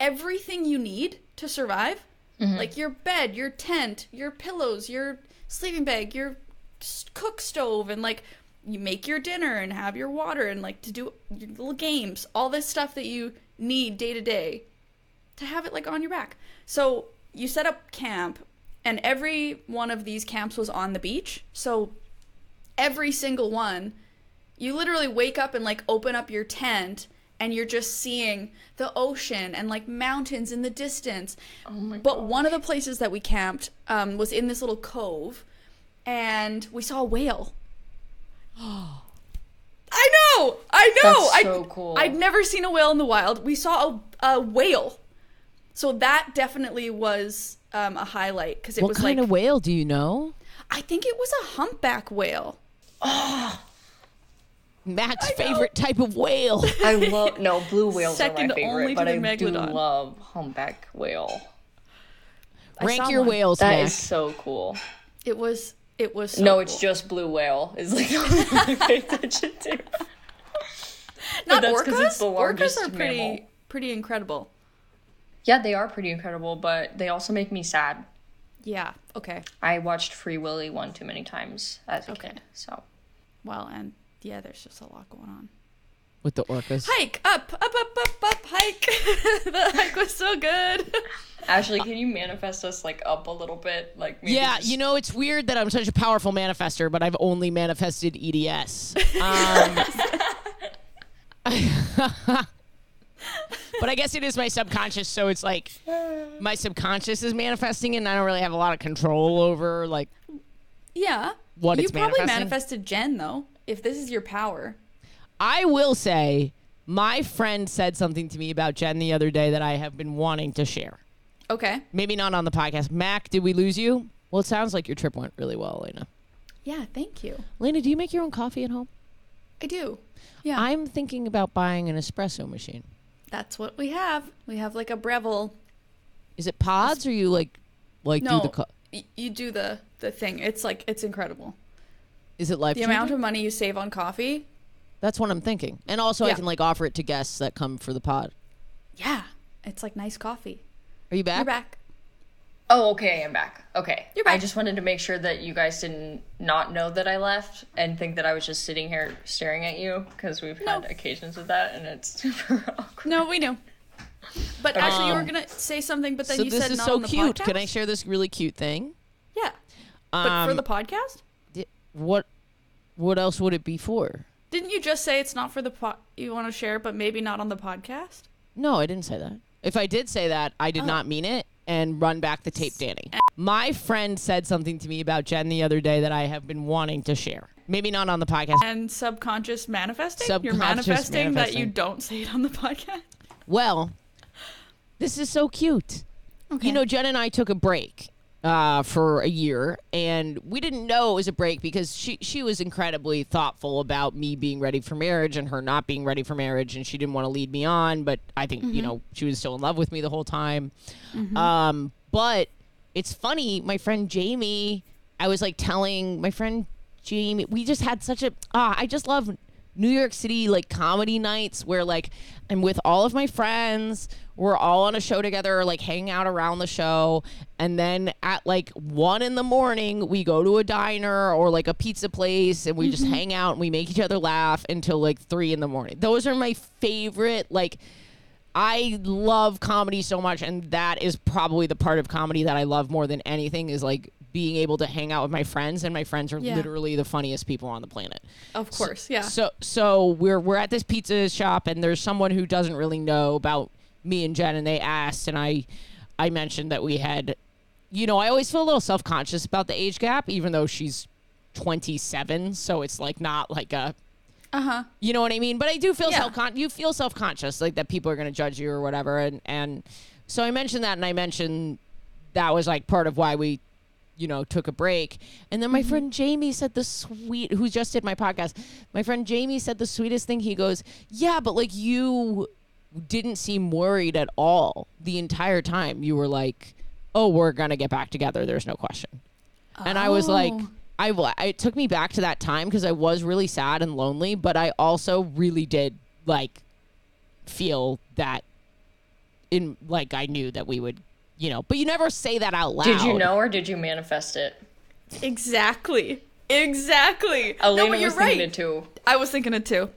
Speaker 3: everything you need to survive like your bed your tent your pillows your sleeping bag your s- cook stove and like you make your dinner and have your water and like to do your little games all this stuff that you need day to day to have it like on your back so you set up camp and every one of these camps was on the beach so every single one you literally wake up and like open up your tent and you're just seeing the ocean and like mountains in the distance.
Speaker 5: Oh
Speaker 3: but one of the places that we camped um, was in this little cove and we saw a
Speaker 5: <gasps>
Speaker 3: whale. I know! I know!
Speaker 5: That's
Speaker 3: I,
Speaker 5: so cool.
Speaker 3: I'd never seen a whale in the wild. We saw a, a whale. So that definitely was um, a highlight because it
Speaker 2: What
Speaker 3: was
Speaker 2: kind
Speaker 3: like,
Speaker 2: of whale do you know?
Speaker 3: I think it was a humpback whale.
Speaker 2: Matt's favorite type of <laughs> whale.
Speaker 5: I love <laughs> no blue whales are
Speaker 3: Second
Speaker 5: my favorite,
Speaker 3: only
Speaker 5: but
Speaker 3: to
Speaker 5: I
Speaker 3: the
Speaker 5: do
Speaker 3: megalodon.
Speaker 5: love humpback whale.
Speaker 2: Rank your whales,
Speaker 5: That
Speaker 2: Matt.
Speaker 5: is so cool.
Speaker 3: It was, it was. So
Speaker 5: no, it's
Speaker 3: cool.
Speaker 5: just blue whale is like <laughs> the only thing I pay attention to. <laughs>
Speaker 3: not
Speaker 5: that's 'cause
Speaker 3: orcas.
Speaker 5: it's the largest
Speaker 3: orcas are pretty
Speaker 5: mammal.
Speaker 3: pretty incredible.
Speaker 5: Yeah, they are pretty incredible, but they also make me sad.
Speaker 3: Yeah. Okay.
Speaker 5: I watched Free Willy one too many times as a kid, so
Speaker 3: Well, and yeah, there's just a lot going on.
Speaker 2: With the orcas.
Speaker 3: Hike up, up, up, up, up. Hike. <laughs> the hike was so good. <laughs>
Speaker 5: Ashley, can you manifest us like up a little bit? Like maybe
Speaker 2: Yeah,
Speaker 5: just-
Speaker 2: you know, it's weird that I'm such a powerful manifester, but I've only manifested EDS. Um, <laughs> but I guess it is my subconscious, so it's like my subconscious is manifesting, and I don't really have a lot of control over. Like,
Speaker 3: yeah.
Speaker 2: What,
Speaker 3: you
Speaker 2: it's
Speaker 3: probably
Speaker 2: manifesting?
Speaker 3: manifested Jen though. If this is your power,
Speaker 2: I will say, my friend said something to me about Jen the other day that I have been wanting to share.
Speaker 3: okay.
Speaker 2: Maybe not on the podcast. Mac, did we lose you? Well, it sounds like your trip went really well, Elena.
Speaker 3: Yeah. Thank you.
Speaker 2: Elena, do you make your own coffee at home?
Speaker 3: I do. Yeah.
Speaker 2: I'm thinking about buying an espresso machine.
Speaker 3: That's what we have. We have like a Breville.
Speaker 2: Is it pods or you like like
Speaker 3: No.
Speaker 2: do the co-
Speaker 3: y- you do the the thing. It's like it's incredible.
Speaker 2: is it life
Speaker 3: The amount of money you save on coffee.
Speaker 2: That's what I'm thinking. And also I
Speaker 3: Yeah.
Speaker 2: can like offer it to guests that come for the pod.
Speaker 3: Yeah. It's like nice coffee.
Speaker 2: Are you back?
Speaker 3: You're back.
Speaker 5: Oh, okay, I'm back. Okay.
Speaker 3: You're back.
Speaker 5: I just wanted to make sure that you guys didn't not know that I left and think that I was just sitting here staring at you because we've had occasions with that and it's <laughs> super awkward.
Speaker 3: No, we know. But actually, you were gonna say something, but then
Speaker 2: Um, So
Speaker 3: you
Speaker 2: this
Speaker 3: said
Speaker 2: is
Speaker 3: not
Speaker 2: so
Speaker 3: on the
Speaker 2: cute.
Speaker 3: podcast.
Speaker 2: Can I share this really cute thing?
Speaker 3: Yeah. but for the
Speaker 2: Um,
Speaker 3: podcast,
Speaker 2: Di- What what else would it be for?
Speaker 3: didn't you just say it's not for the pod? You want to share, but maybe not on the podcast.
Speaker 2: No, I didn't say that. If I did say that, I
Speaker 3: Oh.
Speaker 2: did not mean it and run back the tape, Danny. My friend said something to me about Jen the other day that I have been wanting to share. Maybe not on the podcast.
Speaker 3: And subconscious manifesting. You're
Speaker 2: Subconscious
Speaker 3: manifesting, that you
Speaker 2: manifesting.
Speaker 3: don't say it on the podcast.
Speaker 2: Well, this is so cute. You know, Jen and I took a break uh, for a year, and we didn't know it was a break because she she was incredibly thoughtful about me being ready for marriage and her not being ready for marriage, and she didn't want to lead me on. But I think you know she was still in love with me the whole time. Um, but it's funny, my friend Jamie. I was like telling my friend Jamie, we just had such a. Ah, I just love New York City like comedy nights where like I'm with all of my friends. We're all on a show together, like hanging out around the show, and then at like one in the morning, we go to a diner or like a pizza place, and we just hang out and we make each other laugh until like three in the morning. Those are my favorite like. I love comedy so much, and that is probably the part of comedy that I love more than anything is like being able to hang out with my friends, and my friends are
Speaker 3: Yeah.
Speaker 2: literally the funniest people on the planet.
Speaker 3: Of course, yeah.
Speaker 2: So, so we're we're at this pizza shop, and there's someone who doesn't really know about me and Jen, and they asked, and I, I mentioned that we had, you know, I always feel a little self conscious about the age gap, even though she's 27, so it's like not like a Uh-huh. You know what I mean? But I do feel self con you feel self conscious, like that people are gonna judge you or whatever. And and so I mentioned that and I mentioned that was like part of why we, you know, took a break. And then my friend Jamie said the sweet who just did my podcast, my friend Jamie said the sweetest thing. He goes, Yeah, but like you didn't seem worried at all the entire time. You were like, Oh, we're gonna get back together, there's no question and I was like, I wa- it took me back to that time because I was really sad and lonely, but I also really did like feel that in like I knew that we would, you know. But you never say that out loud.
Speaker 5: Did you know or did you manifest it?
Speaker 3: Exactly. Exactly.
Speaker 5: Elena
Speaker 3: no, but you're
Speaker 5: was thinking
Speaker 3: right.
Speaker 5: it too.
Speaker 3: I was thinking it too.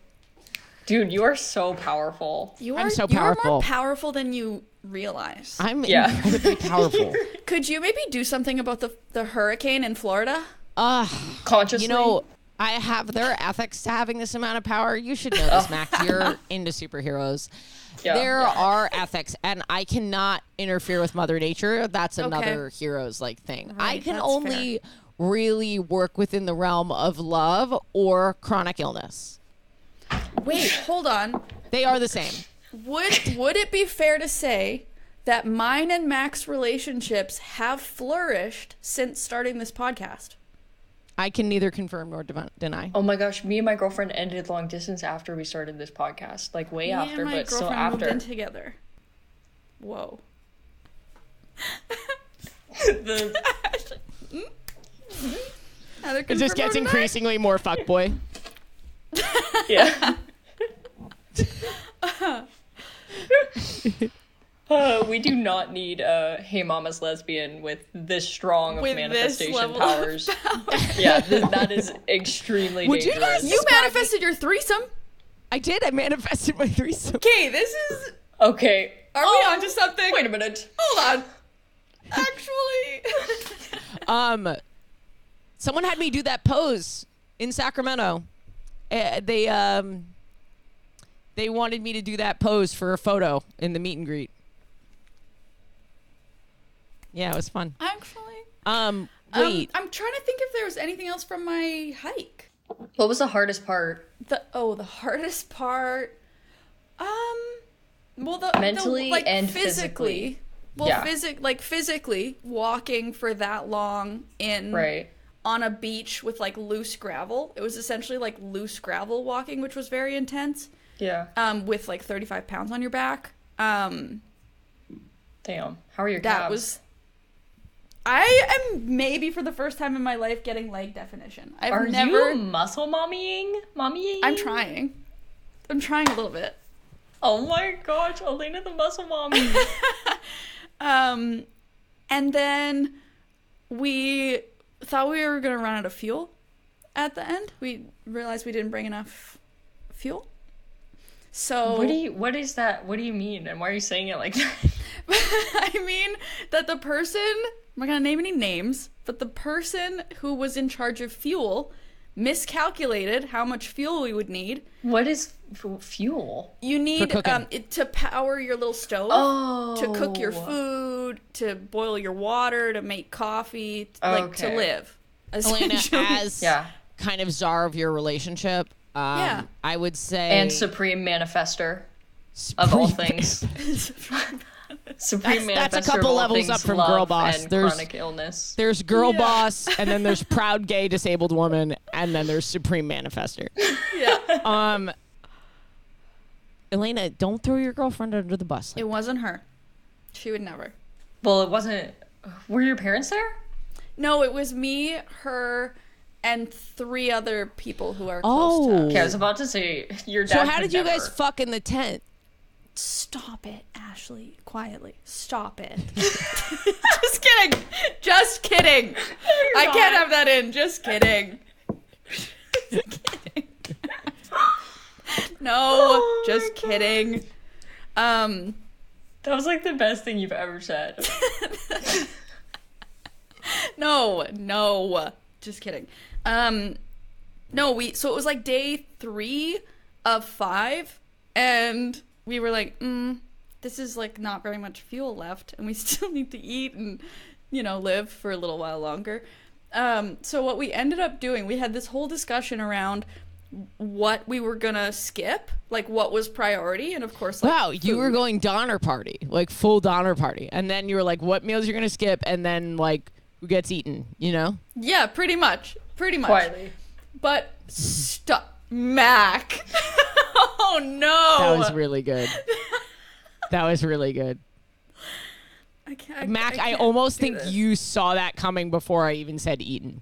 Speaker 5: Dude, you are so powerful.
Speaker 3: You
Speaker 2: I'm
Speaker 3: are
Speaker 2: so
Speaker 3: you are
Speaker 2: powerful.
Speaker 3: more powerful than you realize.
Speaker 2: I'm
Speaker 5: Yeah.
Speaker 2: incredibly
Speaker 5: <laughs>
Speaker 2: powerful.
Speaker 3: Could you maybe do something about the the hurricane in Florida?
Speaker 2: Ah,
Speaker 5: Consciously.
Speaker 2: you know. I have their ethics to having this amount of power. You should know this, Mac. You're into superheroes.
Speaker 5: Yeah,
Speaker 2: there
Speaker 5: yeah.
Speaker 2: are ethics, and I cannot interfere with Mother Nature. That's another heroes like thing. I can
Speaker 3: that's
Speaker 2: only really work within the realm of love or chronic illness.
Speaker 3: Wait, hold on.
Speaker 2: They are the same.
Speaker 3: Would would it be fair to say that mine and Mac's relationships have flourished since starting this podcast?
Speaker 2: I can neither confirm nor devi- deny.
Speaker 5: Oh my gosh, me and my girlfriend ended long distance after we started this podcast. Like way
Speaker 3: Me
Speaker 5: after,
Speaker 3: and my
Speaker 5: but still
Speaker 3: girlfriend
Speaker 5: after.
Speaker 3: moved in together. <laughs> Whoa.
Speaker 5: The-
Speaker 3: Neither
Speaker 2: It just
Speaker 3: confirm
Speaker 2: gets
Speaker 3: nor deny.
Speaker 2: increasingly more fuckboy.
Speaker 5: yeah. <laughs> Uh, we do not need a "Hey, Mama's lesbian" with this strong of
Speaker 3: With this
Speaker 5: manifestation
Speaker 3: level of
Speaker 5: powers. yeah, th- that is extremely
Speaker 2: Would you guys
Speaker 5: dangerous.
Speaker 3: You manifested your threesome.
Speaker 2: I did. I manifested my threesome.
Speaker 3: Okay, this is.
Speaker 5: Okay,
Speaker 3: Are we onto something?
Speaker 5: wait a minute.
Speaker 3: Hold <laughs> on. Actually.
Speaker 2: Um, someone had me do that pose in Sacramento. Uh, they um, they wanted me to do that pose for a photo in the meet and greet. Yeah, it was fun.
Speaker 3: Actually.
Speaker 2: Um,
Speaker 3: Um,
Speaker 2: wait,
Speaker 3: I'm trying to think if there was anything else from my hike.
Speaker 5: What was the hardest part?
Speaker 3: The oh, the hardest part. Um, well, the the-
Speaker 5: Mentally
Speaker 3: like,
Speaker 5: and physically.
Speaker 3: Well,
Speaker 5: Yeah.
Speaker 3: physic like physically walking for that long in
Speaker 5: Right.
Speaker 3: on a beach with like loose gravel. It was essentially like loose gravel walking, which was very intense.
Speaker 5: Yeah.
Speaker 3: Um, with like 35 pounds on your back. Um,
Speaker 5: Damn. How are your
Speaker 3: that
Speaker 5: calves?
Speaker 3: was. I am maybe for the first time in my life getting leg definition. I've
Speaker 5: Are
Speaker 3: never.
Speaker 5: you muscle mommying? Mommying?
Speaker 3: I'm trying. I'm trying a little bit.
Speaker 5: Oh my gosh, Elena the muscle mommy.
Speaker 3: Um, and then we thought we were gonna run out of fuel at the end. We realized we didn't bring enough fuel. So
Speaker 5: what do you? What is that? What do you mean? And why are you saying it like that?
Speaker 3: <laughs> I mean that the person I'm not gonna name any names, but the person who was in charge of fuel miscalculated how much fuel we would need.
Speaker 5: What is f- fuel?
Speaker 3: You need
Speaker 2: cooking.
Speaker 3: um, it to power your little stove.
Speaker 5: Oh,
Speaker 3: to cook your food, to boil your water, to make coffee, t- like to
Speaker 5: Okay.
Speaker 3: live.
Speaker 2: <laughs> <laughs> Elena,
Speaker 3: essentially.
Speaker 2: as
Speaker 5: Yeah.
Speaker 2: kind of czar of your relationship, um,
Speaker 3: Yeah.
Speaker 2: I would say
Speaker 5: And supreme manifester of
Speaker 2: <laughs>
Speaker 5: all things. <laughs> supreme manifester.
Speaker 2: that's a
Speaker 5: of
Speaker 2: couple
Speaker 5: all
Speaker 2: levels
Speaker 5: things,
Speaker 2: up from
Speaker 5: love
Speaker 2: girl boss.
Speaker 5: And
Speaker 2: There's-
Speaker 5: chronic illness.
Speaker 2: There's girl boss, and then there's proud gay disabled woman, and then there's supreme manifester.
Speaker 3: yeah,
Speaker 2: Um, Elena, don't throw your girlfriend under the bus.
Speaker 3: it wasn't her. She would never.
Speaker 5: Well, it wasn't. Were your parents there?
Speaker 3: No, it was me, her, and three other people who are close
Speaker 2: oh,
Speaker 3: to us.
Speaker 5: Okay, I was about to say your dad.
Speaker 2: so how
Speaker 5: would
Speaker 2: did you guys
Speaker 5: never.
Speaker 2: fuck in the tent?
Speaker 3: Stop it, Ashley. Quietly. Stop it. <laughs> Just kidding. Just kidding. I can't have that in. Just <laughs> kidding. Just kidding. no, just kidding. Um,
Speaker 5: That was like the best thing you've ever
Speaker 2: <laughs>
Speaker 5: said.
Speaker 3: no, no. Just kidding. Um, no, we so it was like day 3 of 5 and we were like, mm, this is like not very much fuel left and we <laughs> still need to eat and you know, live for a little while longer. Um, so what we ended up doing, we had this whole discussion around what we were gonna skip, like what was priority, and of course, like,
Speaker 2: wow, you were
Speaker 3: food.
Speaker 2: going Donner Party, like full Donner Party, and then you were like, what meals you're gonna skip, and then like who gets eaten, you know?
Speaker 3: yeah, pretty much, pretty much.
Speaker 5: Quietly.
Speaker 3: But stop, Mac. <laughs> oh no,
Speaker 2: That was really <laughs> good. that was really good.
Speaker 3: I can't,
Speaker 2: Mac, I,
Speaker 3: can't
Speaker 2: almost
Speaker 3: do
Speaker 2: think
Speaker 3: this.
Speaker 2: you saw that coming before I even said eaten.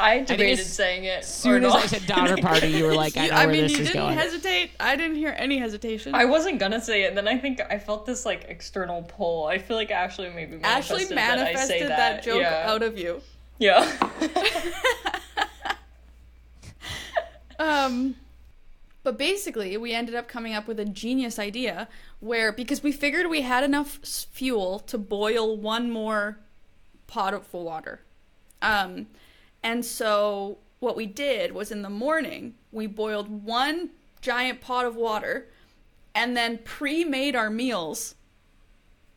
Speaker 5: I debated
Speaker 2: as
Speaker 5: saying it. As
Speaker 2: Soon as I said Donner Party, you were like, I know
Speaker 3: I
Speaker 2: where
Speaker 3: mean,
Speaker 2: this
Speaker 3: <laughs> you
Speaker 2: is
Speaker 3: didn't
Speaker 2: going.
Speaker 3: hesitate. I didn't hear any hesitation.
Speaker 5: <laughs> I wasn't gonna say it, and then I think I felt this like external pull. I feel like Ashley maybe manifested
Speaker 3: Ashley
Speaker 5: that I say
Speaker 3: manifested that,
Speaker 5: that.
Speaker 3: joke
Speaker 5: yeah.
Speaker 3: out of you.
Speaker 5: yeah. <laughs>
Speaker 3: Um, but basically, we ended up coming up with a genius idea where, because we figured we had enough s- fuel to boil one more pot of water. Um, and so what we did was in the morning, we boiled one giant pot of water and then pre made our meals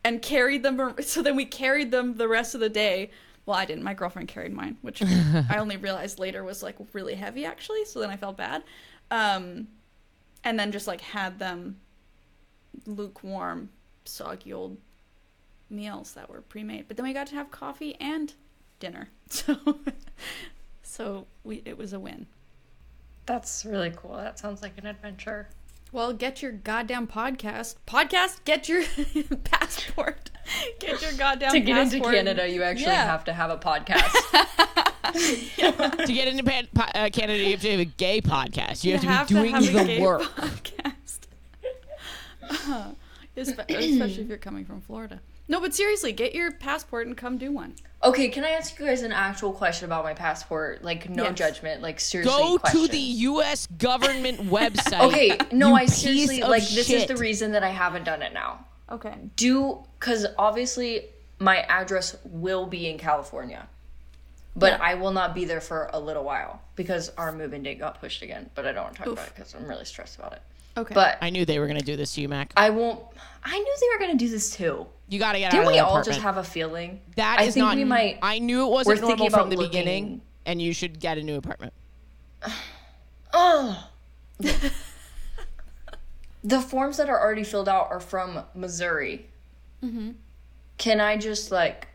Speaker 3: and carried them. ar- So then we carried them the rest of the day. Well, I didn't. My girlfriend carried mine, which I only realized later was like really heavy actually. So then I felt bad. Um, and then just like had them lukewarm, soggy old meals that were pre-made. But then we got to have coffee and dinner. <laughs> So so we it was a win.
Speaker 5: That's really cool. That sounds like an adventure.
Speaker 3: Well, get your goddamn podcast. Podcast, get your <laughs> passport. Get your goddamn
Speaker 5: To get into
Speaker 3: passport.
Speaker 5: Canada, you actually
Speaker 3: Yeah.
Speaker 5: have to have
Speaker 3: <laughs>
Speaker 5: a podcast.
Speaker 2: to get into pan- po- uh, Canada, you have to have a gay podcast. You, have
Speaker 3: have
Speaker 2: to
Speaker 3: to
Speaker 2: be
Speaker 3: have a
Speaker 2: doing the
Speaker 3: gay
Speaker 2: work.
Speaker 3: podcast. <laughs> Espe- uh, Especially if you're coming from Florida. No, but seriously, get your passport and come do one.
Speaker 5: okay, can I ask you guys an actual question about my passport? Like, no
Speaker 3: Yes.
Speaker 5: judgment. Like, seriously.
Speaker 2: Go to
Speaker 5: question.
Speaker 2: the U.S.
Speaker 3: <laughs>
Speaker 2: government website.
Speaker 5: Okay,
Speaker 2: <laughs>
Speaker 5: no,
Speaker 2: you
Speaker 5: I seriously
Speaker 2: piece of
Speaker 5: like this is the
Speaker 2: shit.
Speaker 5: reason that I haven't done it now.
Speaker 3: Okay.
Speaker 5: do because obviously my address will be in California, but I will not be there for a little while because our move-in date got pushed again. But I don't want to talk about it because I'm really stressed about it.
Speaker 3: Okay.
Speaker 5: But
Speaker 2: I knew they were going to do this to you, Mac.
Speaker 5: I won't. I knew they were gonna do this too.
Speaker 2: You got to get out
Speaker 5: Didn't
Speaker 2: of
Speaker 5: we
Speaker 2: the
Speaker 5: all
Speaker 2: apartment.
Speaker 5: just have a feeling?
Speaker 2: That
Speaker 5: I
Speaker 2: is
Speaker 5: think
Speaker 2: not.
Speaker 5: we might.
Speaker 2: I knew it
Speaker 5: we're
Speaker 2: wasn't
Speaker 5: thinking
Speaker 2: normal from
Speaker 5: about
Speaker 2: the
Speaker 5: looking-
Speaker 2: beginning, and you should get a new apartment. <laughs>
Speaker 5: Ugh. the forms that are already filled out are from Missouri.
Speaker 2: Mm-hmm.
Speaker 5: Can I just like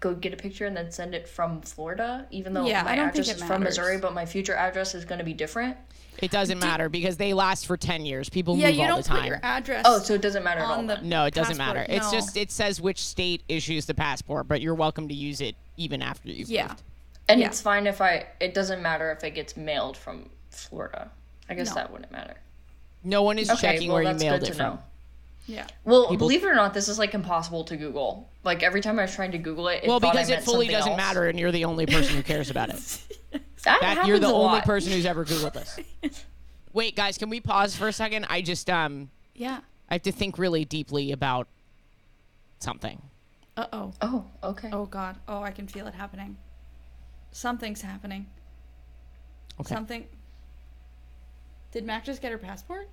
Speaker 5: go get a picture and then send it from Florida? Even though
Speaker 3: Yeah, I
Speaker 5: my
Speaker 3: don't
Speaker 5: address
Speaker 3: think
Speaker 5: is
Speaker 3: it
Speaker 5: from Missouri,
Speaker 3: matters.
Speaker 5: but my future address is going to be different.
Speaker 2: It doesn't matter because they last for ten years. People
Speaker 3: Yeah,
Speaker 2: move
Speaker 3: you
Speaker 2: all
Speaker 3: don't
Speaker 2: the time.
Speaker 3: put your address
Speaker 5: Oh, so it doesn't matter at all.
Speaker 3: on the
Speaker 5: then.
Speaker 2: no, it doesn't
Speaker 3: passport,
Speaker 2: matter. It's
Speaker 3: no.
Speaker 2: just it says which state issues the passport, but you're welcome to use it even after you've
Speaker 3: Yeah.
Speaker 2: moved.
Speaker 5: and
Speaker 3: yeah.
Speaker 5: it's fine if I. It doesn't matter if it gets mailed from Florida. I guess
Speaker 3: No.
Speaker 5: that wouldn't matter.
Speaker 2: No one is
Speaker 5: Okay,
Speaker 2: checking
Speaker 5: well,
Speaker 2: where you
Speaker 5: that's
Speaker 2: mailed
Speaker 5: good
Speaker 2: it
Speaker 5: to
Speaker 2: from.
Speaker 5: know.
Speaker 3: Yeah.
Speaker 5: Well, believe it or not, this is like impossible to Google. Like every time I was trying to Google it, it
Speaker 2: Well,
Speaker 5: thought I
Speaker 2: because it
Speaker 5: meant
Speaker 2: fully
Speaker 5: something
Speaker 2: doesn't
Speaker 5: else.
Speaker 2: matter, and you're the only person who cares about it.
Speaker 5: <laughs> That,
Speaker 2: That
Speaker 5: happens
Speaker 2: you're the
Speaker 5: a
Speaker 2: only
Speaker 5: lot.
Speaker 2: person who's ever googled this.
Speaker 3: <laughs>
Speaker 2: Wait, guys, can we pause for a second? I just um,
Speaker 3: Yeah.
Speaker 2: I have to think really deeply about something.
Speaker 3: Uh oh.
Speaker 5: Oh, okay.
Speaker 3: Oh god. Oh, I can feel it happening. Something's happening.
Speaker 2: Okay.
Speaker 3: Something. Did Mac just get her passport?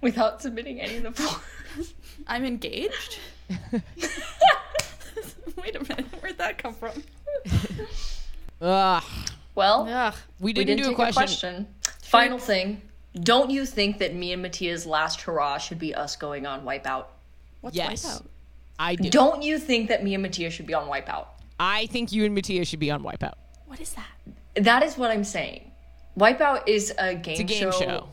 Speaker 5: Without submitting any of the forms.
Speaker 3: I'm engaged. <laughs> Wait a minute. Where'd that come from?
Speaker 2: Ugh.
Speaker 5: <laughs> Well,
Speaker 3: Ugh.
Speaker 2: We
Speaker 5: we
Speaker 2: didn't,
Speaker 5: didn't
Speaker 2: do
Speaker 5: take
Speaker 2: a question.
Speaker 5: Final thing. Don't you think that me and Mattia's last hurrah should be us going on Wipeout?
Speaker 3: What's
Speaker 2: Yes.
Speaker 3: Wipeout?
Speaker 2: I do.
Speaker 5: Don't you think that me and Mattia should be on Wipeout?
Speaker 2: I think you and Mattia should be on Wipeout.
Speaker 3: What is that?
Speaker 5: That is what I'm saying. Wipeout is a game,
Speaker 2: It's a game show.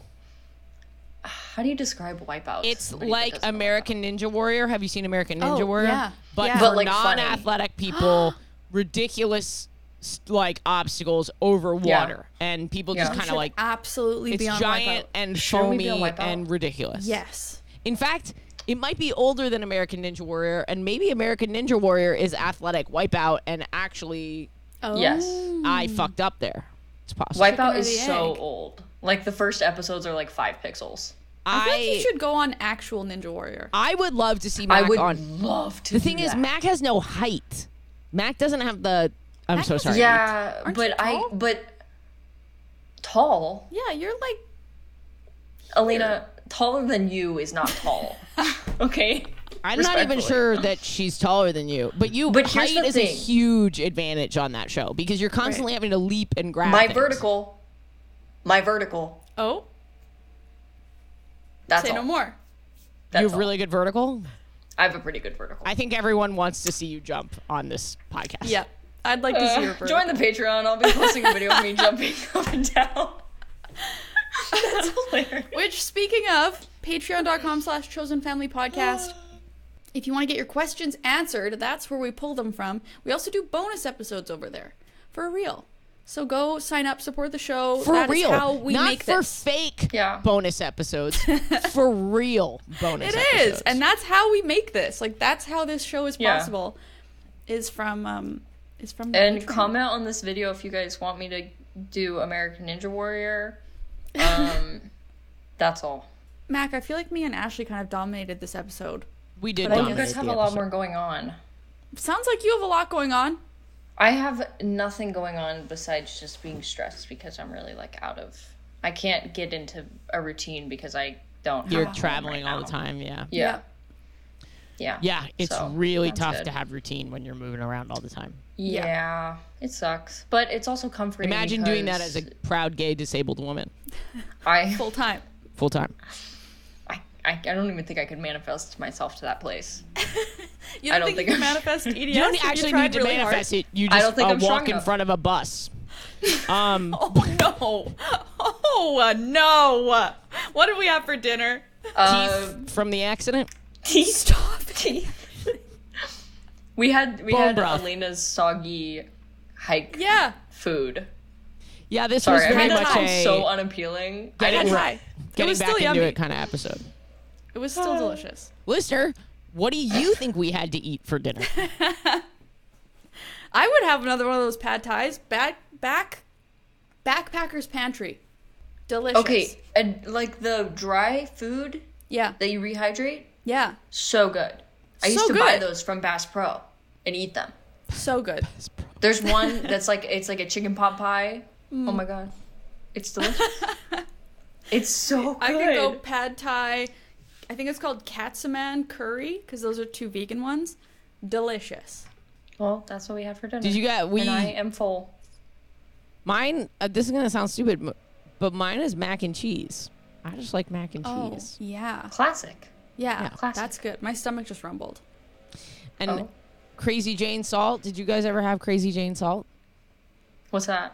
Speaker 5: How do you describe Wipeout? to
Speaker 2: It's
Speaker 5: somebody that
Speaker 2: like
Speaker 5: doesn't know
Speaker 2: American Ninja Warrior. Have you seen American Ninja
Speaker 3: Oh,
Speaker 2: Warrior?
Speaker 3: yeah.
Speaker 2: But
Speaker 3: Yeah.
Speaker 2: for
Speaker 5: But, like, funny.
Speaker 2: non-athletic
Speaker 5: <gasps>
Speaker 2: people, ridiculous s- like obstacles over
Speaker 5: Yeah.
Speaker 2: water, and people just
Speaker 5: Yeah.
Speaker 2: kind of like
Speaker 3: Absolutely
Speaker 2: it's
Speaker 3: beyond
Speaker 2: giant
Speaker 3: Wipeout.
Speaker 2: and
Speaker 5: Shouldn't we be
Speaker 2: foamy
Speaker 5: on Wipeout?
Speaker 2: and ridiculous.
Speaker 3: Yes.
Speaker 2: In fact, it might be older than American Ninja Warrior, and maybe American Ninja Warrior is athletic Wipeout, and actually,
Speaker 3: Oh.
Speaker 5: That. Yes.
Speaker 3: Hmm.
Speaker 2: I fucked up there. It's possible.
Speaker 5: Wipeout
Speaker 3: or
Speaker 5: is
Speaker 3: the
Speaker 5: so
Speaker 3: egg?
Speaker 5: old. Like the first episodes are like five pixels.
Speaker 3: I
Speaker 2: I
Speaker 3: think you should go on actual Ninja Warrior.
Speaker 2: I would love to see
Speaker 5: I
Speaker 2: Mac
Speaker 5: would
Speaker 2: on.
Speaker 5: love to.
Speaker 2: The
Speaker 5: do
Speaker 2: thing is,
Speaker 5: that.
Speaker 2: Mac has no height. Mac doesn't have the. I'm so sorry.
Speaker 5: Yeah,
Speaker 3: you
Speaker 5: but I
Speaker 3: tall?
Speaker 5: but tall.
Speaker 3: Yeah, you're like
Speaker 5: <laughs> Elena, taller than you is not tall. okay?
Speaker 2: I'm not even
Speaker 5: Respectfully.
Speaker 2: sure that she's taller than you, but you
Speaker 5: But
Speaker 2: height
Speaker 5: here's the
Speaker 2: is a
Speaker 5: thing.
Speaker 2: huge advantage on that show because you're constantly having to leap and grab.
Speaker 5: My
Speaker 2: things.
Speaker 5: vertical. My vertical.
Speaker 3: Oh,
Speaker 5: That's
Speaker 3: say
Speaker 5: all.
Speaker 3: no more.
Speaker 5: That's
Speaker 2: you have
Speaker 5: all.
Speaker 2: really good vertical.
Speaker 5: I have a pretty good vertical.
Speaker 2: I think everyone wants to see you jump on this podcast.
Speaker 3: Yeah, I'd like to see your verdict.
Speaker 5: Join the Patreon. I'll be posting a video <laughs> of me jumping up and down. <laughs> That's hilarious.
Speaker 3: Which, speaking of, patreon.com slash chosen family <gasps> podcast. If you want to get your questions answered, that's where we pull them from. We also do bonus episodes over there for real. So go sign up, support the show.
Speaker 2: For
Speaker 3: That is
Speaker 2: real,
Speaker 3: how we
Speaker 2: not
Speaker 3: make
Speaker 2: for
Speaker 3: this.
Speaker 2: fake
Speaker 5: Yeah.
Speaker 2: bonus
Speaker 5: <laughs>
Speaker 2: episodes. for real bonus.
Speaker 3: It is,
Speaker 2: episodes.
Speaker 3: and that's how we make this. Like that's how this show is
Speaker 5: Yeah.
Speaker 3: possible. Is from um, is from the
Speaker 5: And
Speaker 3: Patreon.
Speaker 5: comment on this video if you guys want me to do American Ninja Warrior. Um, <laughs> that's all.
Speaker 3: Mac. I feel like me and Ashley kind of dominated this episode.
Speaker 2: we did.
Speaker 3: But I
Speaker 5: You
Speaker 2: dominate
Speaker 5: guys have
Speaker 2: the
Speaker 5: a lot
Speaker 2: episode.
Speaker 5: more going on.
Speaker 3: Sounds like you have a lot going on.
Speaker 5: I have nothing going on besides just being stressed because I'm really like out of. I can't get into a routine because I don't.
Speaker 2: You're
Speaker 5: have one
Speaker 2: traveling
Speaker 5: right
Speaker 2: all the
Speaker 5: now.
Speaker 2: time. Yeah.
Speaker 5: Yeah. Yeah.
Speaker 2: Yeah, it's
Speaker 5: So,
Speaker 2: really
Speaker 5: that's
Speaker 2: tough
Speaker 5: good.
Speaker 2: to have routine when you're moving around all the time.
Speaker 5: Yeah. It sucks, but it's also comforting.
Speaker 2: Imagine doing that as
Speaker 5: because
Speaker 2: a proud gay disabled woman
Speaker 5: I
Speaker 3: Full time.
Speaker 2: full time.
Speaker 5: <laughs> I, I, I don't even think I could manifest myself to that place.
Speaker 3: You
Speaker 5: I don't think
Speaker 3: you can
Speaker 5: I'm-
Speaker 3: manifest E EDS.
Speaker 2: You
Speaker 3: if
Speaker 2: don't
Speaker 3: you
Speaker 2: actually
Speaker 3: tried
Speaker 2: need to
Speaker 3: really hard?
Speaker 2: manifest it. You
Speaker 5: I
Speaker 2: just
Speaker 5: don't think
Speaker 2: uh,
Speaker 5: I'm strong
Speaker 2: walk in
Speaker 5: enough.
Speaker 2: front of a
Speaker 5: <laughs>
Speaker 2: bus. Um,
Speaker 3: <laughs> Oh no! Oh uh, no! What did we have for dinner?
Speaker 5: Uh,
Speaker 2: from the accident,
Speaker 5: teeth. Stop teeth. we had we
Speaker 2: Bone
Speaker 5: had
Speaker 2: broth.
Speaker 5: Elena's soggy hike
Speaker 3: Yeah,
Speaker 5: food.
Speaker 2: yeah, this
Speaker 5: Sorry,
Speaker 2: was
Speaker 5: I
Speaker 2: pretty
Speaker 5: mean
Speaker 3: had
Speaker 5: that
Speaker 2: much
Speaker 3: time,
Speaker 5: sounds
Speaker 2: a
Speaker 5: so unappealing. I
Speaker 2: getting,
Speaker 3: had
Speaker 2: ra-
Speaker 3: high.
Speaker 2: getting
Speaker 3: was
Speaker 2: back
Speaker 3: still
Speaker 2: into
Speaker 3: yummy.
Speaker 2: it kind of episode.
Speaker 3: it was still delicious.
Speaker 2: Listener, what do you think we had to eat for
Speaker 5: <laughs>
Speaker 2: dinner?
Speaker 3: I would have another one of those pad ties. Back, back, backpackers pantry. Delicious.
Speaker 5: Okay, and like the dry food
Speaker 3: Yeah.
Speaker 5: that you rehydrate,
Speaker 3: Yeah.
Speaker 5: so good. I used
Speaker 3: So
Speaker 5: to buy
Speaker 3: good.
Speaker 5: those from Bass Pro and eat them.
Speaker 3: So good.
Speaker 5: There's <laughs> one that's like it's like a chicken pot pie. Oh my god, it's <laughs> delicious. it's so good.
Speaker 3: I could go pad thai. I think it's called katsuman curry because those are two vegan ones. Delicious.
Speaker 5: Well, that's what we had for dinner.
Speaker 2: Did you get we?
Speaker 5: And I am full.
Speaker 2: Mine. Uh, this is gonna sound stupid, m- but mine is mac and cheese. I just like mac and
Speaker 5: Oh.
Speaker 2: cheese.
Speaker 3: Oh, yeah.
Speaker 5: Classic.
Speaker 3: Yeah.
Speaker 5: classic.
Speaker 3: that's good. My stomach just rumbled.
Speaker 2: And
Speaker 5: Oh.
Speaker 2: Crazy Jane salt. Did you guys ever have Crazy Jane salt?
Speaker 5: What's that?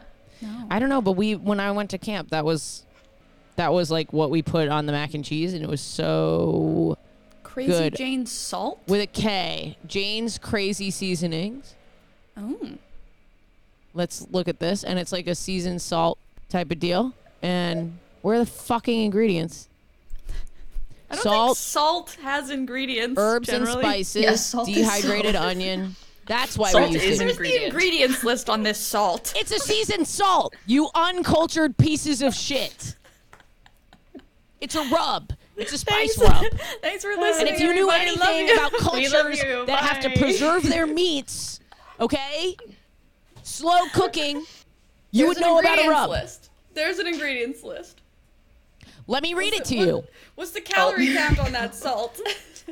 Speaker 2: I don't know, but we when I went to camp, that was that was like what we put on the mac and cheese, and it was so
Speaker 3: Crazy
Speaker 2: Good.
Speaker 3: Jane salt.
Speaker 2: with a K. Jane's Crazy Seasonings.
Speaker 3: Oh.
Speaker 2: Let's look at this, and it's like a seasoned salt type of deal. And where are the fucking ingredients?
Speaker 3: I don't
Speaker 2: Salt,
Speaker 3: think salt has ingredients.
Speaker 2: herbs, and
Speaker 3: generally.
Speaker 2: spices.
Speaker 5: Yeah, salt is
Speaker 2: dehydrated
Speaker 5: salt.
Speaker 2: onion. That's why
Speaker 5: Salt
Speaker 2: we
Speaker 5: is
Speaker 2: use
Speaker 5: an
Speaker 2: it.
Speaker 3: Where's the ingredients list on this salt?
Speaker 2: It's a seasoned salt. You uncultured pieces of shit. It's a rub. It's a spice rub.
Speaker 3: Thanks for
Speaker 2: And
Speaker 3: listening.
Speaker 2: if you knew
Speaker 3: everybody. Love
Speaker 2: anything
Speaker 3: you. <laughs>
Speaker 2: about
Speaker 5: love
Speaker 2: cultures
Speaker 5: you.
Speaker 2: that have to
Speaker 5: Bye.
Speaker 2: preserve their meats, okay? Slow cooking, you
Speaker 3: There's
Speaker 2: would
Speaker 3: an
Speaker 2: know about a
Speaker 3: ingredients
Speaker 2: rub.
Speaker 3: List. There's an ingredients list.
Speaker 2: Let me read it to
Speaker 3: What-
Speaker 2: you.
Speaker 3: What's
Speaker 2: Oh.
Speaker 3: the calorie count
Speaker 2: <laughs>
Speaker 3: on that salt?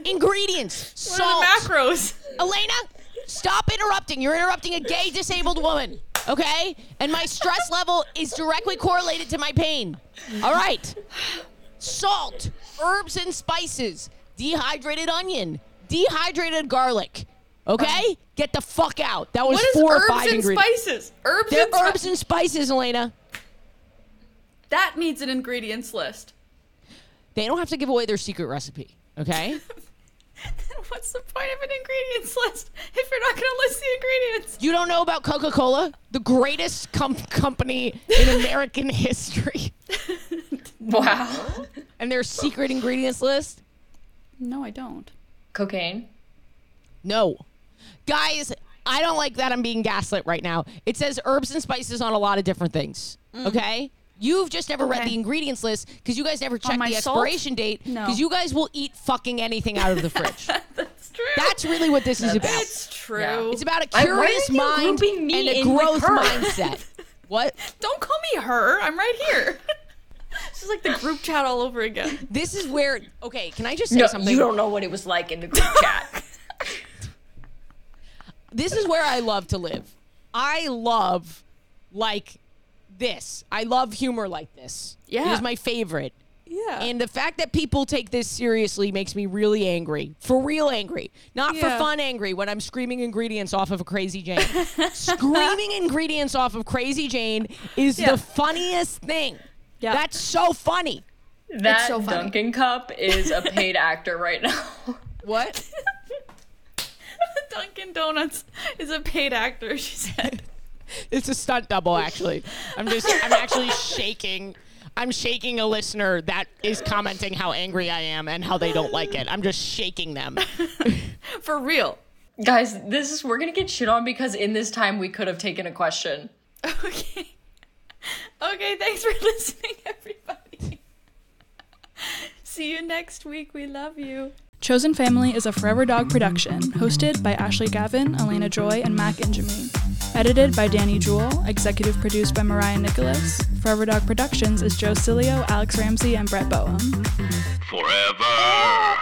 Speaker 2: Ingredients,
Speaker 3: What are
Speaker 2: salt.
Speaker 3: the macros?
Speaker 2: Elena, stop interrupting. You're interrupting a gay disabled woman, okay? And my stress level is directly correlated to my pain. All right. Salt, herbs and spices, dehydrated onion, dehydrated garlic. Okay? Get the fuck out. That was
Speaker 3: Um, What is
Speaker 2: four or
Speaker 3: herbs
Speaker 2: five
Speaker 3: and
Speaker 2: ingredients.
Speaker 3: spices? Herbs
Speaker 2: They're
Speaker 3: and spi-
Speaker 2: herbs and spices, Elena.
Speaker 3: That needs an ingredients list. <laughs>
Speaker 2: They don't have to give away their secret recipe, okay?
Speaker 3: What's the point of an ingredients list if you're not going to list the ingredients?
Speaker 2: You don't know about Coca Cola, the greatest com- company in American <laughs> history,
Speaker 5: <laughs> Wow.
Speaker 2: and their secret ingredients list?
Speaker 3: No, I don't.
Speaker 5: Cocaine.
Speaker 2: No. Guys, I don't like that I'm being gaslit right now. It says herbs and spices on a lot of different things,
Speaker 5: Mm.
Speaker 2: okay? You've just never read
Speaker 3: Okay.
Speaker 2: the ingredients list because you guys never check
Speaker 3: my
Speaker 2: the
Speaker 3: salt?
Speaker 2: expiration date
Speaker 3: No.
Speaker 2: because you guys will eat fucking anything out of the
Speaker 5: <laughs>
Speaker 2: fridge.
Speaker 3: It's true.
Speaker 2: That's really what this is about.
Speaker 3: it's true.
Speaker 5: Yeah.
Speaker 2: It's about a
Speaker 5: I- why are
Speaker 2: curious
Speaker 5: you
Speaker 2: mind
Speaker 5: grouping
Speaker 2: and
Speaker 5: me
Speaker 2: a
Speaker 5: in with
Speaker 2: growth
Speaker 5: <laughs> her?
Speaker 2: mindset. What?
Speaker 3: Don't call me her. I'm right here. <laughs> This is like the group chat all over again.
Speaker 2: This is where. Okay, can I just say
Speaker 5: No,
Speaker 2: something?
Speaker 5: you don't know what it was like in the <laughs> group chat.
Speaker 2: this is where I love to live. I love like this. I love humor like this.
Speaker 3: Yeah.
Speaker 2: It is my favorite.
Speaker 3: Yeah.
Speaker 2: And the fact that people take this seriously makes me really angry. For real angry. Not
Speaker 3: Yeah.
Speaker 2: for fun angry when I'm screaming ingredients off of a Crazy Jane. <laughs> screaming ingredients off of Crazy Jane is
Speaker 3: Yeah.
Speaker 2: the funniest thing.
Speaker 3: Yeah.
Speaker 2: That's so funny.
Speaker 5: That
Speaker 3: so funny.
Speaker 5: Duncan Cup is a paid actor right now. <laughs>
Speaker 2: What?
Speaker 3: <laughs> Dunkin' Donuts is a paid actor, she said.
Speaker 2: It's a stunt double, actually. I'm just, I'm actually shaking. I'm shaking a listener that is commenting how angry I am and how they don't like it. I'm just shaking them.
Speaker 3: For real.
Speaker 5: Guys, this is we're gonna get shit on because in this time we could have taken a question.
Speaker 3: Okay. Okay, thanks for <laughs> listening, everybody. See you next week. We love you.
Speaker 7: Chosen Family is a Forever Dog production, hosted by Ashley Gavin, Elena Joy, and Mac Injamine. Edited by Danny Jewell, executive produced by Mariah Nicholas. Forever Dog Productions is Joe Cilio, Alex Ramsey, and Brett Boehm.
Speaker 1: Forever